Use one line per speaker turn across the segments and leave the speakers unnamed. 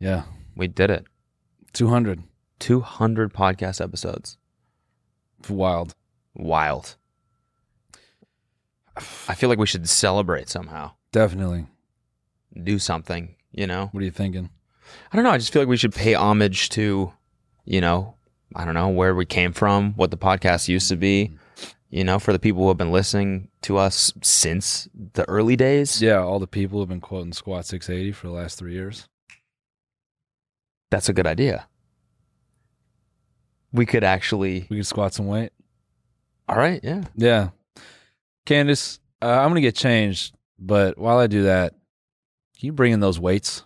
Yeah.
We did it.
200.
200 podcast episodes.
It's wild.
Wild. I feel like we should celebrate somehow.
Definitely.
Do something, you know?
What are you thinking?
I don't know. I just feel like we should pay homage to, you know, I don't know, where we came from, what the podcast used to be, you know, for the people who have been listening to us since the early days.
Yeah, all the people have been quoting Squat 680 for the last three years.
That's a good idea. We could actually.
We could squat some weight.
All right. Yeah.
Yeah. Candace, uh, I'm going to get changed, but while I do that, can you bring in those weights?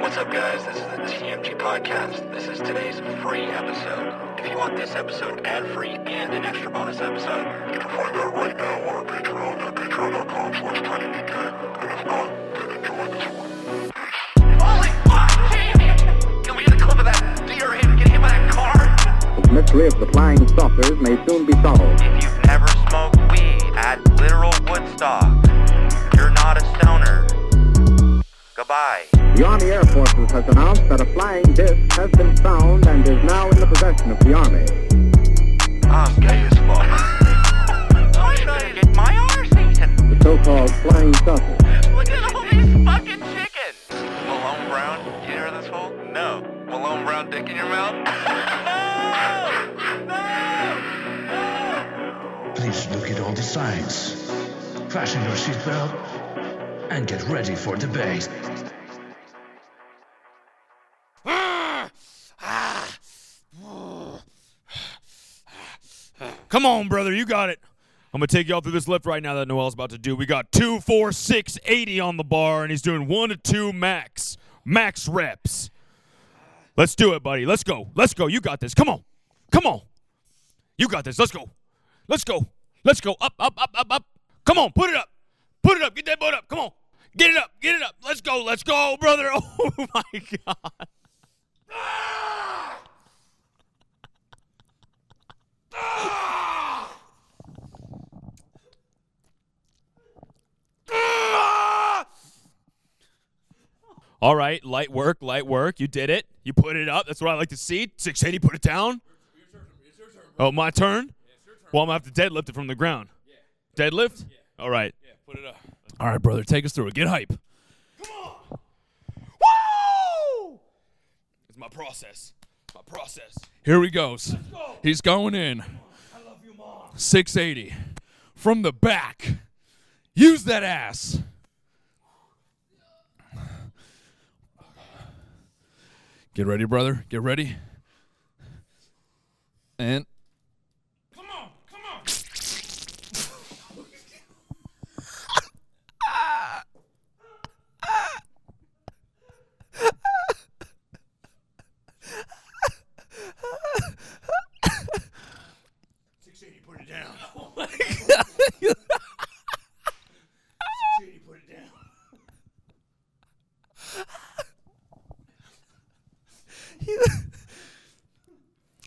What's up, guys? This is the TMG Podcast. This is today's free episode. If you want this episode ad-free and an extra bonus episode, you can find that right now on our Patreon at patreon.com slash tinydk. And if not, then enjoy this one. Holy fuck! Can we get a clip of that deer him getting hit by that car?
The mystery of the flying saucers may soon be solved.
If you've never smoked weed at literal Woodstock, you're not a stoner. Goodbye.
The Army Air Forces has announced that a flying disc has been found and is now in the possession of the Army.
I'm gay as fuck. I'm gonna get my arse eaten.
The so-called flying saucer.
Look at all these fucking chickens. Malone Brown, you hear this hole? No. Malone Brown dick in your mouth? no! No!
Please look at all the signs. Fasten your seatbelt and get ready for debate.
Come on, brother, you got it. I'm gonna take y'all through this lift right now that Noel's about to do. We got two, four, six, eighty on the bar, and he's doing one to two max, max reps. Let's do it, buddy. Let's go. Let's go. You got this. Come on. Come on. You got this. Let's go. Let's go. Let's go. Up, up, up, up, up. Come on. Put it up. Put it up. Get that butt up. Come on. Get it up. Get it up. Let's go. Let's go, brother. Oh my god. All right, light work, light work. You did it. You put it up. That's what I like to see. 680, put it down. Oh, my turn? Well, I'm going to have to deadlift it from the ground. Deadlift? All right. Yeah, put it up. All right, brother, take us through it. Get hype. Woo! It's my process. My process.
Here he goes. He's going in. 680 from the back. Use that ass. Get ready, brother. Get ready. And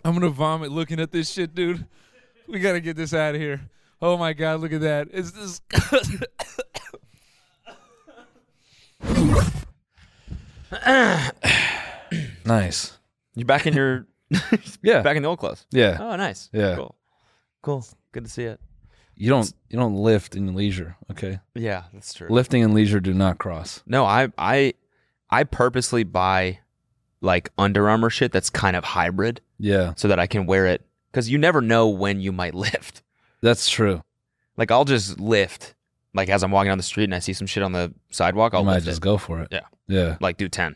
I'm gonna vomit looking at this shit, dude. We gotta get this out of here. Oh my god, look at that. It's this
Nice.
You're back in your.
Yeah.
Back in the old clothes.
Yeah.
Oh, nice.
Yeah.
Cool. Cool. Good to see it.
You don't you don't lift in leisure, okay?
Yeah, that's true.
Lifting and leisure do not cross.
No, I I I purposely buy like Under Armour shit that's kind of hybrid
Yeah.
so that I can wear it cuz you never know when you might lift.
That's true.
Like I'll just lift like as I'm walking down the street and I see some shit on the sidewalk,
I
I'll
might
lift
just
it.
go for it.
Yeah.
Yeah.
Like do 10.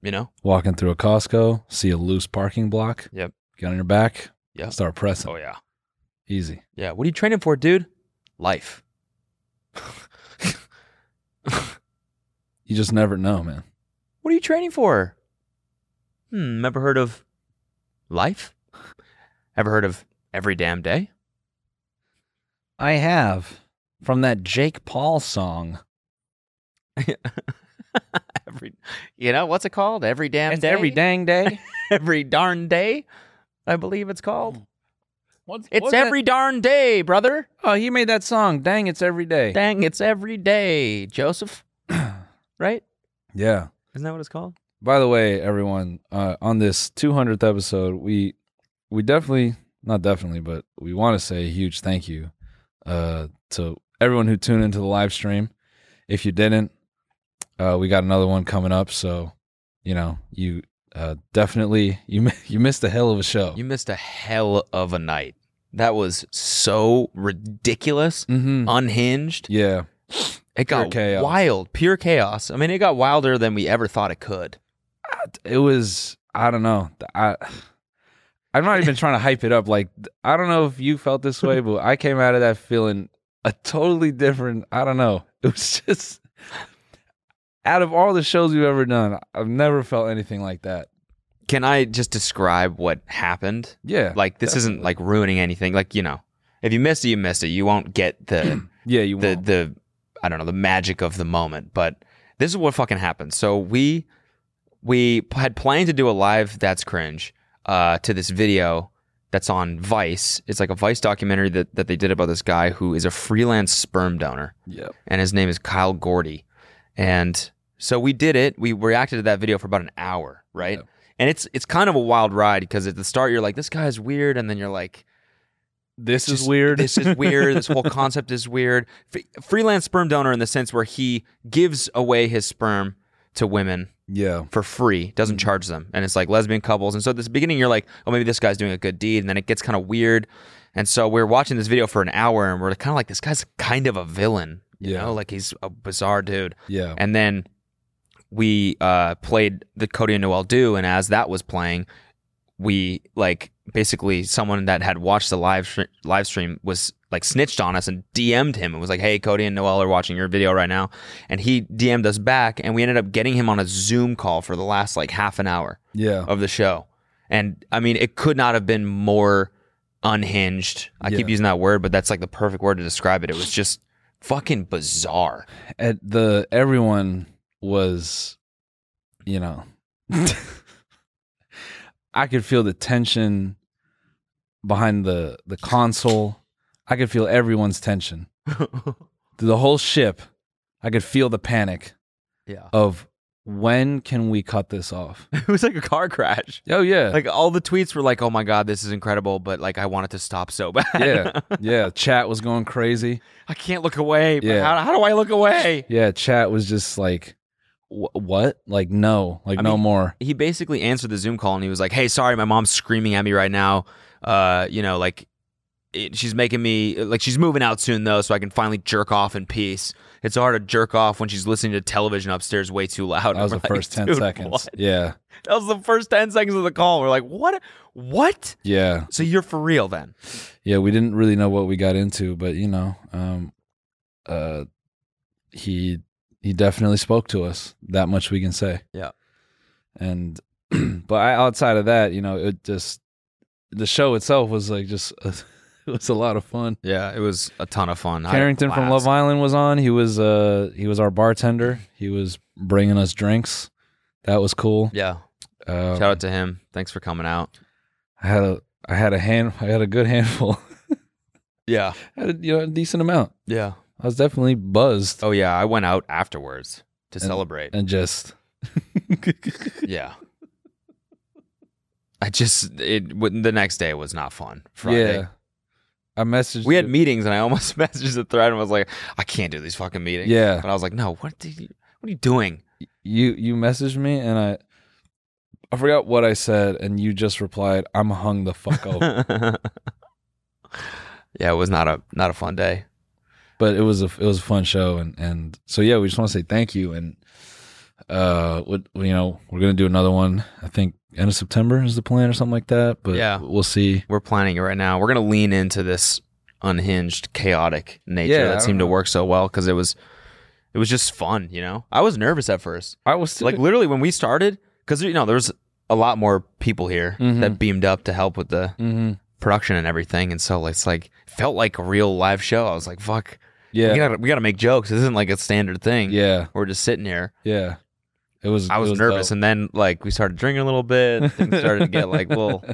You know?
Walking through a Costco, see a loose parking block.
Yep.
Get on your back.
Yeah.
Start pressing.
Oh yeah.
Easy.
Yeah, what are you training for, dude? Life.
You just never know, man.
What are you training for? Hmm, never heard of life? Ever heard of every damn day?
I have from that Jake Paul song.
every, you know, what's it called? Every damn
It's
day.
every dang day.
every darn day, I believe it's called.
What's-
It's
what's
every darn day, brother.
that- Oh, he made that song. Dang, it's every day.
Dang, it's every day, Joseph. right?
Yeah.
Isn't that what it's called?
By the way, everyone, uh, on this 200th episode, we we definitely not definitely, but we want to say a huge thank you uh, to everyone who tuned into the live stream. If you didn't, uh, we got another one coming up, so you know you uh, definitely you mi- you missed a hell of a show.
You missed a hell of a night. That was so ridiculous,
mm-hmm.
unhinged.
Yeah,
It got
chaos.
wild, pure chaos. I mean, it got wilder than we ever thought it could.
it was. I don't know. I I'm not even trying to hype it up. Like I don't know if you felt this way, but I came out of that feeling a totally different. I don't know. It was just out of all the shows we've ever done, I've never felt anything like that.
Can I just describe what happened?
Yeah,
Like, this isn't like ruining anything. Like, you know, if you missed it, you missed it. You won't get the
yeah, you
the
won't.
the I don't know the magic of the moment. But this is what fucking happened. So we we p- had planned to do a live that's cringe uh, to this video that's on Vice. It's like a Vice documentary that that they did about this guy who is a freelance sperm donor
yeah.
and his name is Kyle Gordy. And so we did it. We reacted to that video for about an hour, right?
Yeah.
And it's it's kind of a wild ride because at the start you're like, this guy is weird, and then you're like,
This
just- This is weird. this whole concept is weird. F- freelance sperm donor in the sense where he gives away his sperm to women
yeah,
for free, doesn't charge them. And it's like lesbian couples. And so at this beginning, you're like, oh, maybe this guy's doing a good deed. And then it gets kind of weird. And so we're watching this video for an hour and we're kind of like, this guy's kind of a villain. You
Yeah.
know, like he's a bizarre dude.
yeah,
And then we uh, played the Cody and Noel do, and as that was playing, we like basically someone that had watched the live str- live stream was like snitched on us and DM'd him and was like, "Hey, Cody and Noel are watching your video right now," and he DM'd us back, and we ended up getting him on a Zoom call for the last like half an hour
yeah.
of the show. And I mean, it could not have been more unhinged. I keep
Yeah.
using that word, but that's like the perfect word to describe it. It was just fucking bizarre.
at the everyone was you know i could feel the tension behind the the console i could feel everyone's tension through the whole ship i could feel the panic
Yeah.
of when can we cut this off
it was like a car crash.
oh yeah
Like all the tweets were like, "Oh my god, this is incredible," but like I want it to stop so bad.
yeah yeah chat was going crazy
I can't look away. but
Yeah.
How, how do I look away?
yeah chat was just like wh- what like no like
I
no
mean,
more
He basically answered the Zoom call and he was like, "Hey, sorry, my mom's screaming at me right now. Uh, you know, like it, she's making me like she's moving out soon though, so I can finally jerk off in peace. It's hard to jerk off when she's listening to television upstairs way too loud."
that was
We're
the
like,
first 10
"Dude,
seconds
what?"
yeah
That was the first ten seconds of the call. We're like, "What? What?"
yeah
So you're for real then?
yeah, we didn't really know what we got into, but you know, um, uh, he he definitely spoke to us. That much we can say.
Yeah.
And but I, outside of that, you know, it just the show itself was like just it was a lot of fun.
Yeah, it was a ton of fun. I had a
Carrington from
blast.
Love Island was on. He was uh he was our bartender. He was bringing us drinks. That was cool.
Yeah.
Uh,
Shout out to him. Thanks for coming out.
I had a I had a hand I had a good handful.
Yeah.
I had a, you know a decent amount.
Yeah.
I was definitely buzzed.
Oh yeah, I went out afterwards to
And-
celebrate.
and just
yeah. I just it w- the next day was not fun. Friday.
yeah. I messaged.
We had
you-
meetings and I almost messaged the thread and was like, I can't do these fucking meetings.
Yeah.
And I was like, no, what did you, what are you doing?
you you messaged me and I I forgot what I said and you just replied I'm hung the fuck up.
yeah, it was not a not a fun day.
but it was a it was a fun show and and so yeah we just want to say thank you and uh what you know we're gonna do another one I think end of September is the plan or something like that but
Yeah.
we'll see
We're planning it right now. We're gonna lean into this unhinged, chaotic nature
Yeah, I
that seemed
don't
to
know.
work so well because it was It was just fun, you know. I was nervous at first,
I was too.
like literally when we started, because you know there was a lot more people here
Mm-hmm.
that beamed up to help with the production and everything, and so it's like felt like a real live show. I was like, fuck,
yeah,
we gotta we gotta make jokes. This isn't like a standard thing.
yeah,
we're just sitting here.
yeah. It was.
I
it
was, nervous,
dope.
and then like we started drinking a little bit. Things started to get like, well,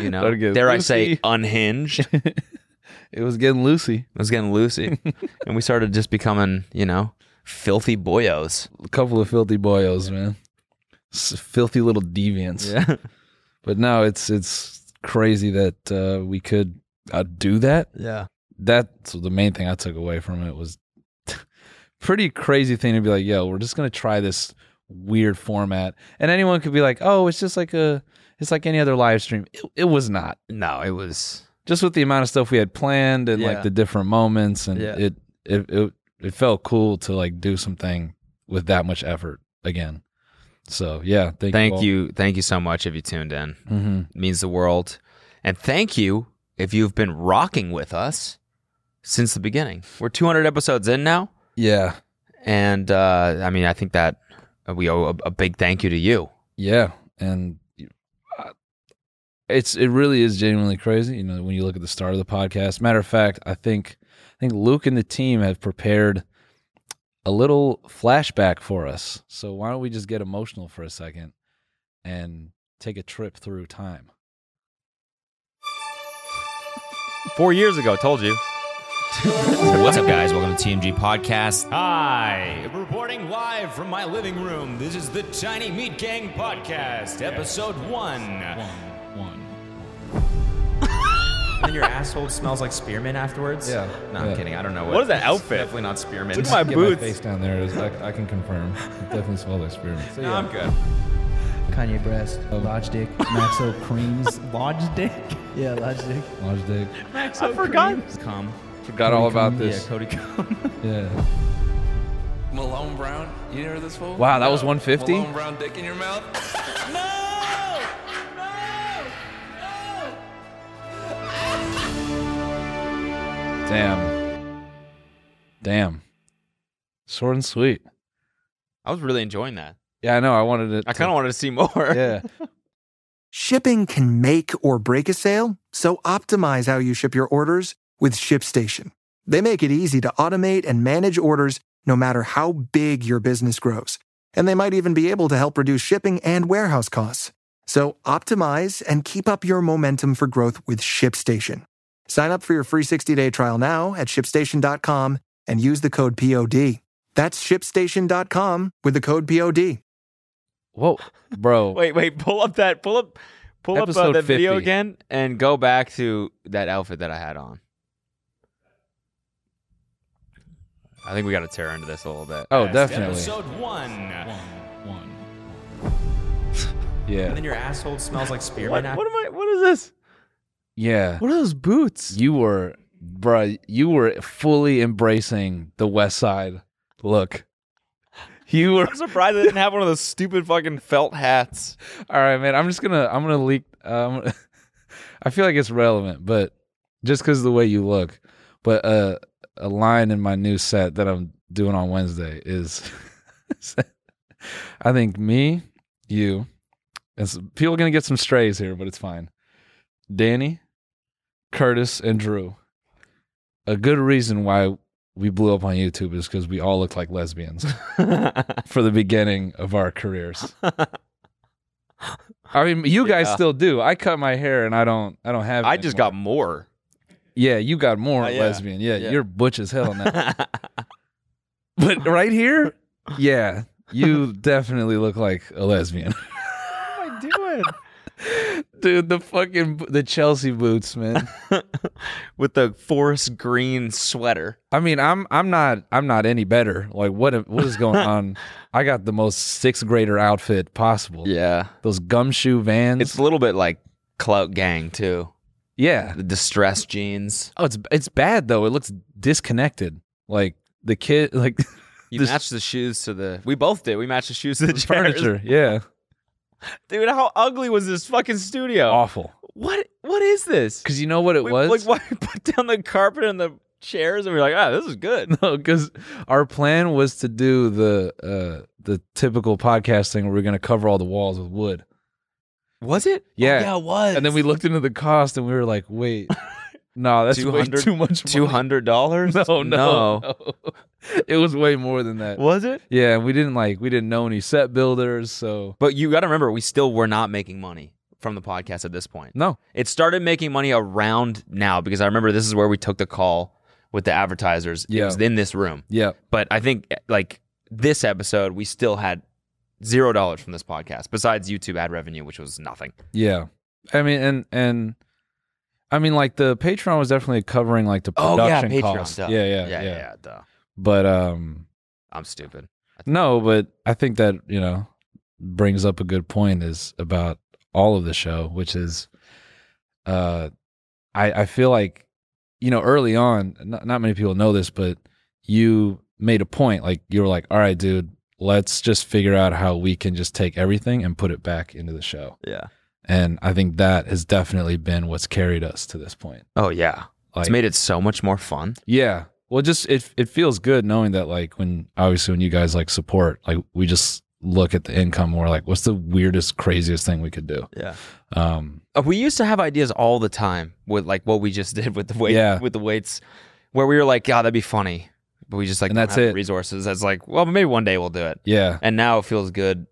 you know,
Started getting
dare I say, uh,
loosey.
unhinged. It
it was getting loosey.
was getting loosey, and we started just becoming, you know, filthy boyos.
A couple of filthy boyos, man. S- filthy little deviants.
Yeah,
But no, it's it's crazy that uh, we could uh, do that.
yeah,
That's the main thing I took away from it was pretty crazy thing to be like, yo, we're just gonna try this weird format, and anyone could be like, oh, it's just like a, it's like any other live stream. It, it was not.
No, it was.
just with the amount of stuff we had planned and
Yeah.
like the different moments and
Yeah.
it, it it it felt cool to like do something with that much effort again. So yeah, thank,
Thank you, thank you so much if you tuned in.
hmm
It means the world, and thank you if you've been rocking with us since the beginning. We're 200 episodes in now.
Yeah,
And uh, I mean, I think that we owe a, a big thank you to you.
yeah, and uh, it's it really is genuinely crazy. You know, when you look at the start of the podcast. Matter of fact, I think I think Luke and the team have prepared a little flashback for us. So why don't we just get emotional for a second and take a trip through time?
Four years ago, told you. What's up, guys? Welcome to TMG Podcast.
Hi, reporting live from my living room. This is the Tiny Meat Gang podcast, episode one. and your asshole smells like spearmint afterwards.
Yeah.
no, I'm
Yeah.
kidding. I don't know what.
What is that
it's
outfit?
Definitely not spearmint.
Look at my
Get
boots.
my face down there. It was- I, I can confirm. It definitely smells like spearmint. So,
No,
yeah.
I'm good.
Kanye breast, Lodge Dick, Maxo Creams.
Lodge dick.
Yeah, Lodge Dick.
Lodge dig.
I forgot. Come.
Forgot all about
Yeah,
this.
Cody. Come.
Yeah.
Malone Brown, you hear this fool?
Wow, that was 150?
Malone Brown dick in your mouth.
Damn. Damn. Short and sweet.
I was really enjoying that.
Yeah, I know. I wanted it.
I kind of wanted to see more.
Yeah.
Shipping can make or break a sale, so optimize how you ship your orders with ShipStation. They make it easy to automate and manage orders no matter how big your business grows. And they might even be able to help reduce shipping and warehouse costs. So optimize and keep up your momentum for growth with ShipStation. Sign up for your free 60-day trial now at shipstation.com and use the code POD. That's shipstation.com with the code POD.
Whoa, bro.
Wait, wait. Pull up that. Pull up. Pull up uh,
Episode
that video
50.
again and go back to that outfit that I had on. I think we got to tear into this a little bit.
Oh, definitely.
Episode one. And
Yeah.
then your asshole smells like spearmint. after-
what am I? What is this?
Yeah.
What are those boots?
You were, bruh, you were fully embracing the West Side look. You were.
I'm surprised I didn't have one of those stupid fucking felt hats.
All right, man. I'm just gonna I'm gonna leak. Um, I feel like it's relevant, but just because the way you look. But uh, a line in my new set that I'm doing on Wednesday is, I think me, you, and some, people are gonna get some strays here, but it's fine. Danny, Curtis, and Drew. A good reason why we blew up on YouTube is because we all look like lesbians for the beginning of our careers. I mean, you guys
Yeah.
still do. I cut my hair and I don't. I don't have. it
I just
anymore.
got more.
Yeah, you got more
Uh, yeah.
lesbian. Yeah,
Yeah.
you're butch as hell now. but right here, yeah, you definitely look like a lesbian.
am I doing?
Dude, the fucking the Chelsea boots, man.
With the forest green sweater.
I mean, I'm I'm not I'm not any better. Like what what is going on? I got the most sixth grader outfit possible.
Yeah.
Those gumshoe vans.
It's a little bit like Clout Gang, too.
yeah.
The distressed jeans.
Oh, it's it's bad though. It looks disconnected. Like the kid like
You
This-
matched the shoes to the. We both did. We matched the shoes to the,
the
chairs.
furniture. Yeah.
Dude, how ugly was this fucking studio?
Awful.
What What is this?
Cause you know what it
Oh. We-
was?
Like, why we put down the carpet and the chairs and we are like, ah, this is good.
No, because our plan was to do the uh the typical podcast thing where we're gonna cover all the walls with wood.
Was it?
Oh, Yeah.
yeah, it was.
And then we looked into the cost and we were like, wait, no, that's way
200
too much.
Two hundred dollars?
No, no, no. it was way more than that.
Was it?
Yeah, and we didn't like we didn't know any set builders, so
But you got to remember, we still were not making money from the podcast at this point.
no.
It started making money around now because I remember this is where we took the call with the advertisers. It
Yeah.
was in this room.
Yeah,
But I think eh, like this episode, we still had zero dollars from this podcast besides YouTube ad revenue, which was nothing.
yeah. I mean, and and I mean, like the Patreon was definitely covering like the
Oh,
production costs.
duh.
Yeah, yeah,
yeah,
yeah,
duh.
But um,
I'm stupid.
no, but I think that you know brings up a good point is about all of the show, which is, uh, I I feel like you know early on, not, not many people know this, but you made a point like you were like, all right, dude, let's just figure out how we can just take everything and put it back into the show.
Yeah.
And I think that has definitely been what's carried us to this point.
Oh yeah.
Like,
it's made it so much more fun.
yeah. Well, just it it feels good knowing that like when obviously when you guys like support, like we just look at the income and we're like, what's the weirdest, craziest thing we could do?
Yeah.
Um
Uh, we used to have ideas all the time with like what we just did with the weight
Yeah.
with the weights where we were like god that'd be funny but we just like
And
don't
that's
have the
it.
resources that's like well maybe one day we'll do it
yeah.
and now it feels good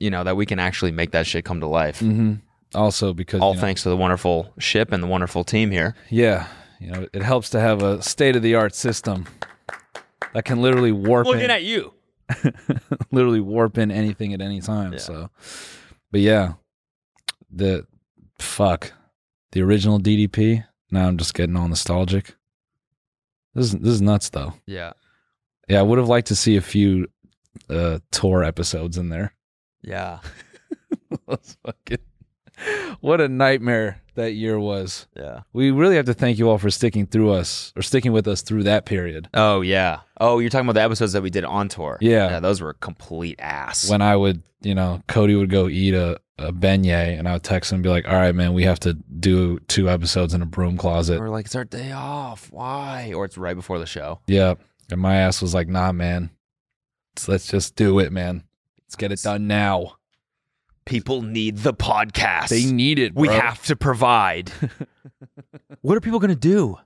you know that we can actually make that shit come to life
hmm Also because
all
you know,
thanks to the wonderful ship and the wonderful team here
yeah, you know, it helps to have a state of the art system that can literally warp in,
you
literally warp in anything at any time.
Yeah.
So but yeah. The fuck. The original DDP. Now I'm just getting all nostalgic. This is this is nuts though.
yeah
Yeah, I would have liked to see a few uh tour episodes in there.
yeah
That's fucking what a nightmare that year was.
yeah
We really have to thank you all for sticking through us or sticking with us through that period
oh yeah oh you're talking about the episodes that we did on tour
Yeah.
those were complete ass
when I would, you know, Cody would go eat a, a beignet and I would text him and be like, All right, man, we have to do two episodes in a broom closet.
we're like it's our day off why or it's right before the show
Yeah. And my ass was like, Nah, man. Let's- Let's just do it, man. Let's get it done now.
people need the podcast
They need it.
we
bro.
have to provide. what are people going to do?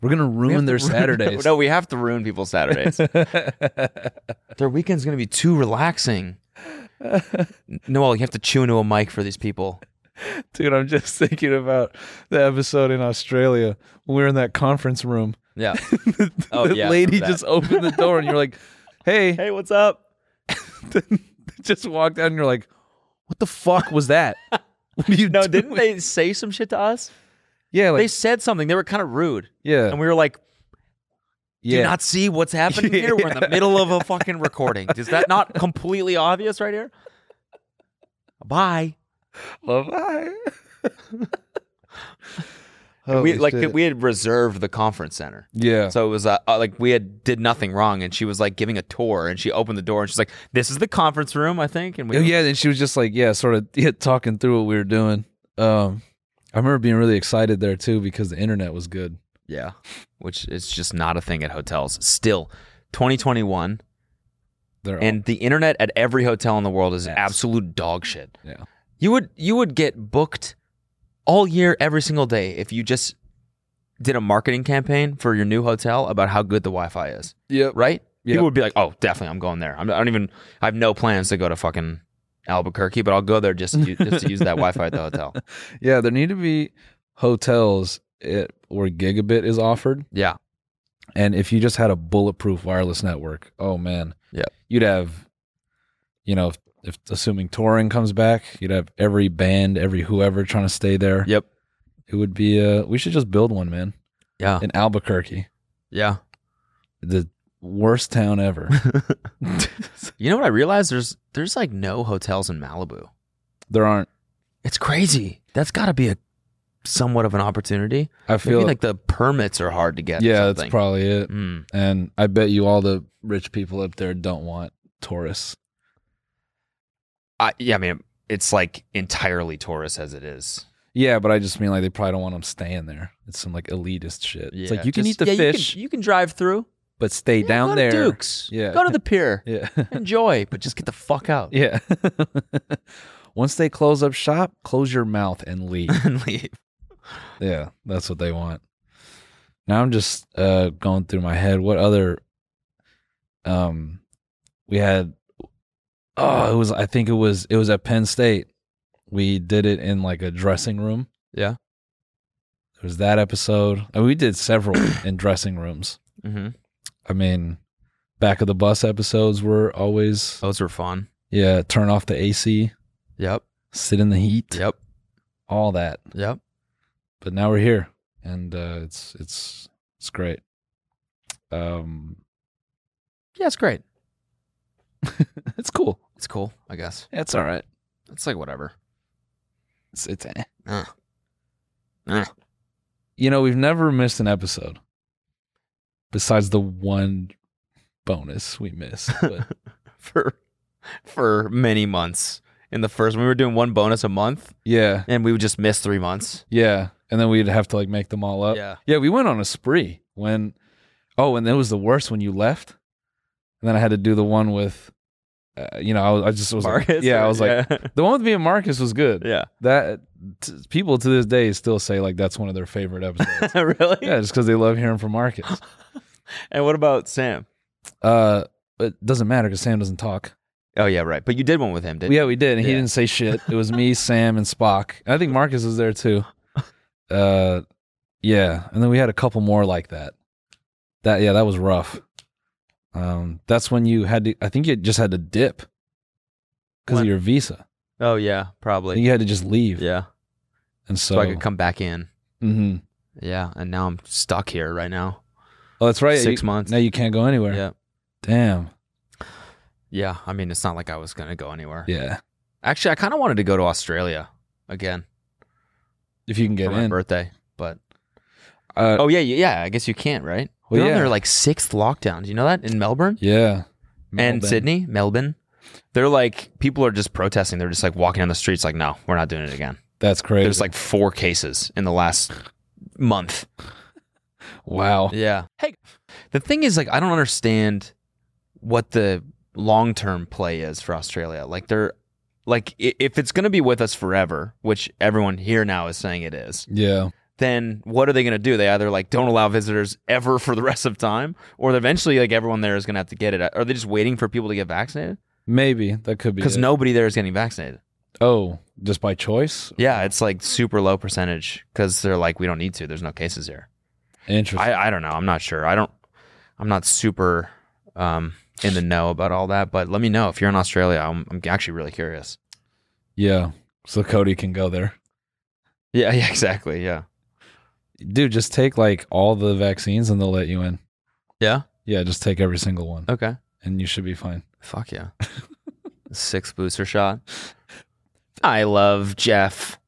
We're gonna
We have
ruin
to
their
ruin-
Saturdays.
No, we have to ruin people's Saturdays. Their weekend's going to be too relaxing. N- Noel, you have to chew into a mic for these people.
Dude, I'm just thinking about the episode in Australia when we were in that conference room.
Yeah.
the
Oh, yeah,
lady
that.
just opened the door and you're like, hey.
hey, what's up?
Just walked out and you're like, what the fuck was that? What are you
No,
doing?
didn't they say some shit to us?
Yeah, like,
they said something. They were kind of rude.
yeah,
And we were like, do
yeah.
not see what's happening here. We're in the middle of a fucking recording. Is that not completely obvious right here? Bye.
Bye-bye.
we
Holy
like
shit.
we had reserved the conference center.
Oh, yeah.
So it was uh, uh, like we had did nothing wrong, and she was like giving a tour, and she opened the door, and she's like, "This is the conference room, I think." And we,
Oh, yeah, and she was just like, yeah, sort of yeah, talking through what we were doing. Um, I remember being really excited there too because the internet was good.
yeah, which is just not a thing at hotels. Still, 2021,
There,
and the internet at every hotel in the world is
Yes.
absolute dog shit.
Yeah.
you would you would get booked all year, every single day, if you just did a marketing campaign for your new hotel about how good the Wi-Fi is.
yep.
right?
Yeah.
People would be like, "Oh, definitely, I'm going there. I'm, I don't even. I have no plans to go to fucking Albuquerque, but I'll go there just to, u- just to use that Wi-Fi at the hotel."
Yeah, there need to be hotels it, where gigabit is offered,
Yeah,
and if you just had a bulletproof wireless network, oh man,
Yeah.
you'd have, you know, if, if assuming touring comes back, you'd have every band, every whoever trying to stay there.
Yep.
it would be. Uh, we should just build one, man,
yeah,
in Albuquerque,
yeah.
the worst town ever.
You know what I realized? There's there's like no hotels in Malibu.
there aren't.
It's crazy. That's got to be a somewhat of an opportunity.
I
Maybe
feel
like the permits are hard to get. or
yeah, that's
something.
probably it.
Mm.
And I bet you all the rich people up there don't want tourists.
I, yeah, I mean, it's like entirely Taurus as it is.
Yeah, but I just mean like they probably don't want them staying there. It's some like elitist shit. It's like
Yeah,
you can
just-
eat the
yeah, you can-
fish,
You can, drive through.
but stay down
go
there.
to Duke's.
Yeah.
Go to the pier.
Yeah.
Enjoy, but just get the fuck out.
Yeah. Once they close up shop, close your mouth and leave.
And leave.
Yeah, that's what they want. Now I'm just uh going through my head what other um we had oh it was I think it was it was at Penn State. We did it in like a dressing room.
Yeah.
There was that episode. And we did several in dressing rooms.
Mhm.
I mean, back of the bus episodes were always
Those were fun.
yeah, turn off the AC,
Yep.
sit in the heat.
Yep.
All that.
Yep.
But now we're here and uh it's it's it's great. Um
Yeah, it's great.
it's cool.
It's cool, I guess.
It's all right.
It's like whatever.
It's it's eh.
Uh. Uh.
you know, we've never missed an episode besides the one bonus we missed. But
For for many months. In the first, we were doing one bonus a month,
yeah.
and we would just miss three months.
Yeah. And then we'd have to like make them all up.
Yeah.
Yeah, we went on a spree when oh, and it was the worst when you left. And then I had to do the one with uh, you know, I, was, I just was like,
Marcus,
yeah, I was like,
yeah.
the one with me and Marcus was good.
Yeah.
that t- people to this day still say like that's one of their favorite episodes.
really?
yeah, just because they love hearing from Marcus.
And what about Sam?
Uh, it doesn't matter because Sam doesn't talk.
Oh yeah, right. But you did one with him, didn't
yeah, we did, and he
yeah.
didn't say shit. It was me, Sam, and Spock. And I think Marcus was there too. Uh, yeah, and then we had a couple more like that. That yeah, that was rough. Um, that's when you had to. I think you just had to dip because of
When-
your visa.
you? Oh yeah,
I
probably.
think you had to just leave,
Yeah.
and so,
so I could come back in.
Mhm.
Yeah, and now I'm stuck here right now.
Oh, that's right.
Six
You-
months.
Now you can't go anywhere.
Yeah,
Damn.
yeah. I mean, it's not like I was gonna go anywhere.
Yeah.
Actually, I kind of wanted to go to Australia again
If you can get
for my
in.
birthday, but
Uh,
oh yeah, y- yeah. I guess you can't, right?
Well,
They're on
yeah.
their like sixth lockdown. Do you know that in Melbourne
Yeah.
and
Melbourne.
Sydney, Melbourne? They're like people are just protesting. They're just like walking down the streets, like, no, we're not doing it again.
That's crazy.
There's like four cases in the last month.
wow.
Yeah. Hey, the thing is, like, I don't understand what the long term play is for Australia. Like, they're like, i- if it's going to be with us forever, which everyone here now is saying it is,
Yeah.
then what are they going to do? They either like don't allow visitors ever for the rest of time, or eventually, like, everyone there is going to have to get it. Are they just waiting for people to get vaccinated?
Maybe that could be
Because
it.
nobody there is getting vaccinated.
Oh, just by choice.
Yeah, it's like super low percentage because they're like, we don't need to. There's no cases here.
Interesting.
I, I don't know. I'm not sure. I don't. I'm not super um, in the know about all that. But let me know if you're in Australia. I'm, I'm actually really curious.
yeah. So Cody can go there.
Yeah. Yeah. Exactly. Yeah.
Dude, just take like all the vaccines and they'll let you in.
Yeah.
Yeah, just take every single one
Okay.
and you should be fine.
Fuck yeah. Sixth booster shot. I love Jeff.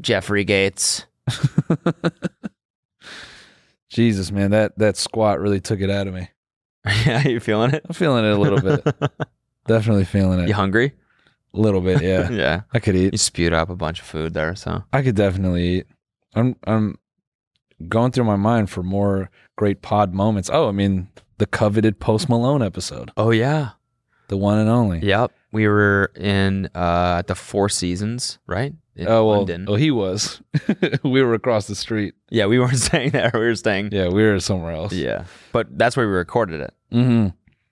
Jeffrey Gates.
Jesus, man, that that squat really took it out of me.
yeah. You feeling it?
I'm feeling it a little bit. Definitely feeling it.
You hungry?
A little bit, yeah.
yeah.
I could eat.
You spewed up a bunch of food there. So
I could definitely eat. I'm I'm going through my mind for more great pod moments. Oh, I mean the coveted Post Malone episode,
Oh yeah.
the one and only.
Yep. We were in uh at the Four Seasons, right? In
oh well,
London.
oh he was. we were across the street.
Yeah, we weren't staying there. We were staying.
Yeah, we were somewhere else.
Yeah. But that's where we recorded it
hmm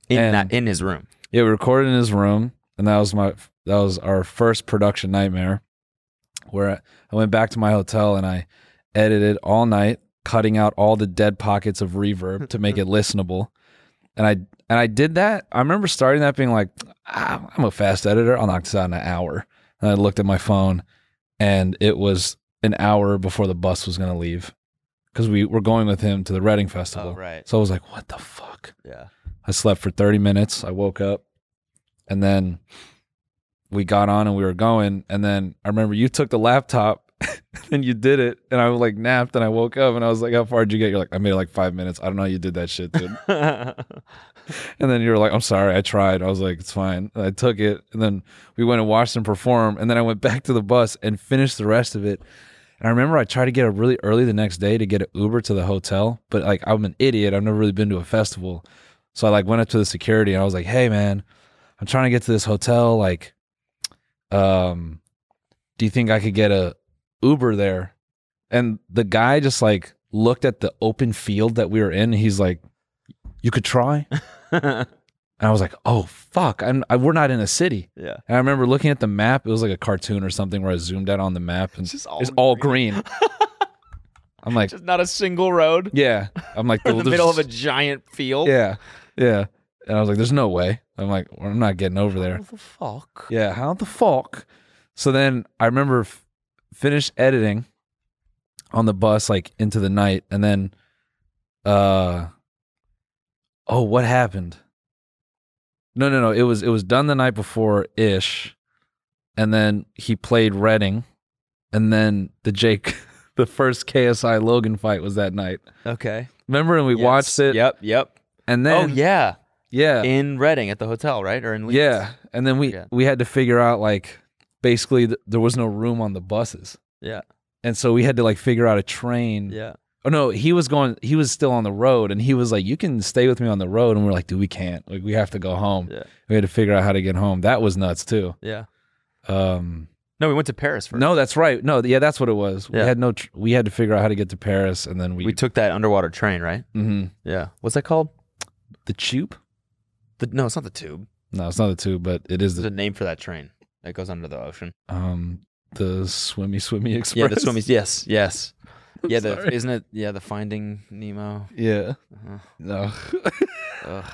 in
And-
that in his room.
Yeah, we recorded in his room, and that was my that was our first production nightmare, where I went back to my hotel and I edited all night, cutting out all the dead pockets of reverb to make it listenable, and I and I did that. I remember starting that being like, ah, I'm a fast editor. I'll knock this out in an hour. And I looked at my phone, and it was an hour before the bus was gonna leave, because we were going with him to the Reading Festival.
Oh, right.
So I was like, what the fuck.
Yeah.
I slept for 30 minutes. I woke up and then we got on and we were going. And then I remember you took the laptop and you did it, and I like napped, and I woke up, and I was like, "How far did you get?" You're like, "I made it like five minutes. I don't know how you did that shit, dude." and then you were like, "I'm sorry, I tried." I was like, "It's fine." And I took it, and then we went and watched them perform, and then I went back to the bus and finished the rest of it. And I remember I tried to get up really early the next day to get an Uber to the hotel, but like I'm an idiot. I've never really been to a festival, so I like went up to the security and I was like, "Hey, man, I'm trying to get to this hotel. Like, um, do you think I could get a Uber there?" And the guy just like looked at the open field that we were in. He's like, "You could try." and I was like, "Oh fuck, I'm I, we're not in a city."
Yeah.
And I remember looking at the map. It was like a cartoon or something where I zoomed out on the map and it's all, green. I'm like,
Just not a single road.
yeah. I'm like,
We're in the middle of
"There's-
a giant field.
yeah, yeah. And I was like, there's no way. I'm like, well, I'm not getting over there.
What the fuck?
Yeah, how the fuck? So then I remember f- finished editing on the bus like into the night, and then, uh, oh, what happened? No, no, no. It was it was done the night before ish, and then he played Redding, and then the Jake, the first KSI Logan fight was that night.
Okay.
Remember, and we
Yes.
watched it.
Yep. Yep.
And then
oh yeah.
yeah,
In Reading at the hotel, right? Or in Leeds?
yeah. And then we
Yeah.
we had to figure out like basically th- there was no room on the buses,
Yeah.
and so we had to like figure out a train.
Yeah.
Oh no, he was going. He was still on the road, and he was like, "You can stay with me on the road." And we are like, "Dude, we can't. Like, we have to go home."
Yeah.
We had to figure out how to get home. That was nuts too.
Yeah.
Um,
No, we went to Paris first.
no, that's right. No, yeah, that's what it was.
Yeah.
We had no. Tr- we had to figure out how to get to Paris, and then we,
We took that underwater train, right?
Mhm.
Yeah. What's that called?
the tube.
The, no, it's not the tube.
No, it's not the tube, but it is
There's
the
a name for that train that goes under the ocean.
um the swimmy swimmy express.
Yeah, the swimmies. Yes, yes. yeah, the
sorry.
isn't it? Yeah, the Finding Nemo.
Yeah.
Uh-huh.
No.
Ugh.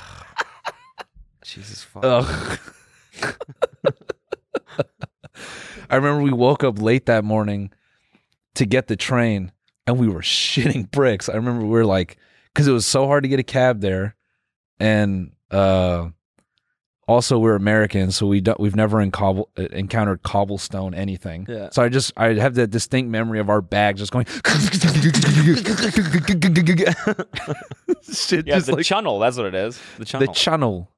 Jesus fuck.
Ugh. I remember we woke up late that morning to get the train and we were shitting bricks. I remember we were like, because it was so hard to get a cab there. And uh, also, we're Americans, so we do, we've never in cobble, uh, encountered cobblestone anything.
Yeah.
So I just, I have that distinct memory of our bags just going, shit,
Yeah,
just
the
like
channel. That's what it is. The channel.
the channel.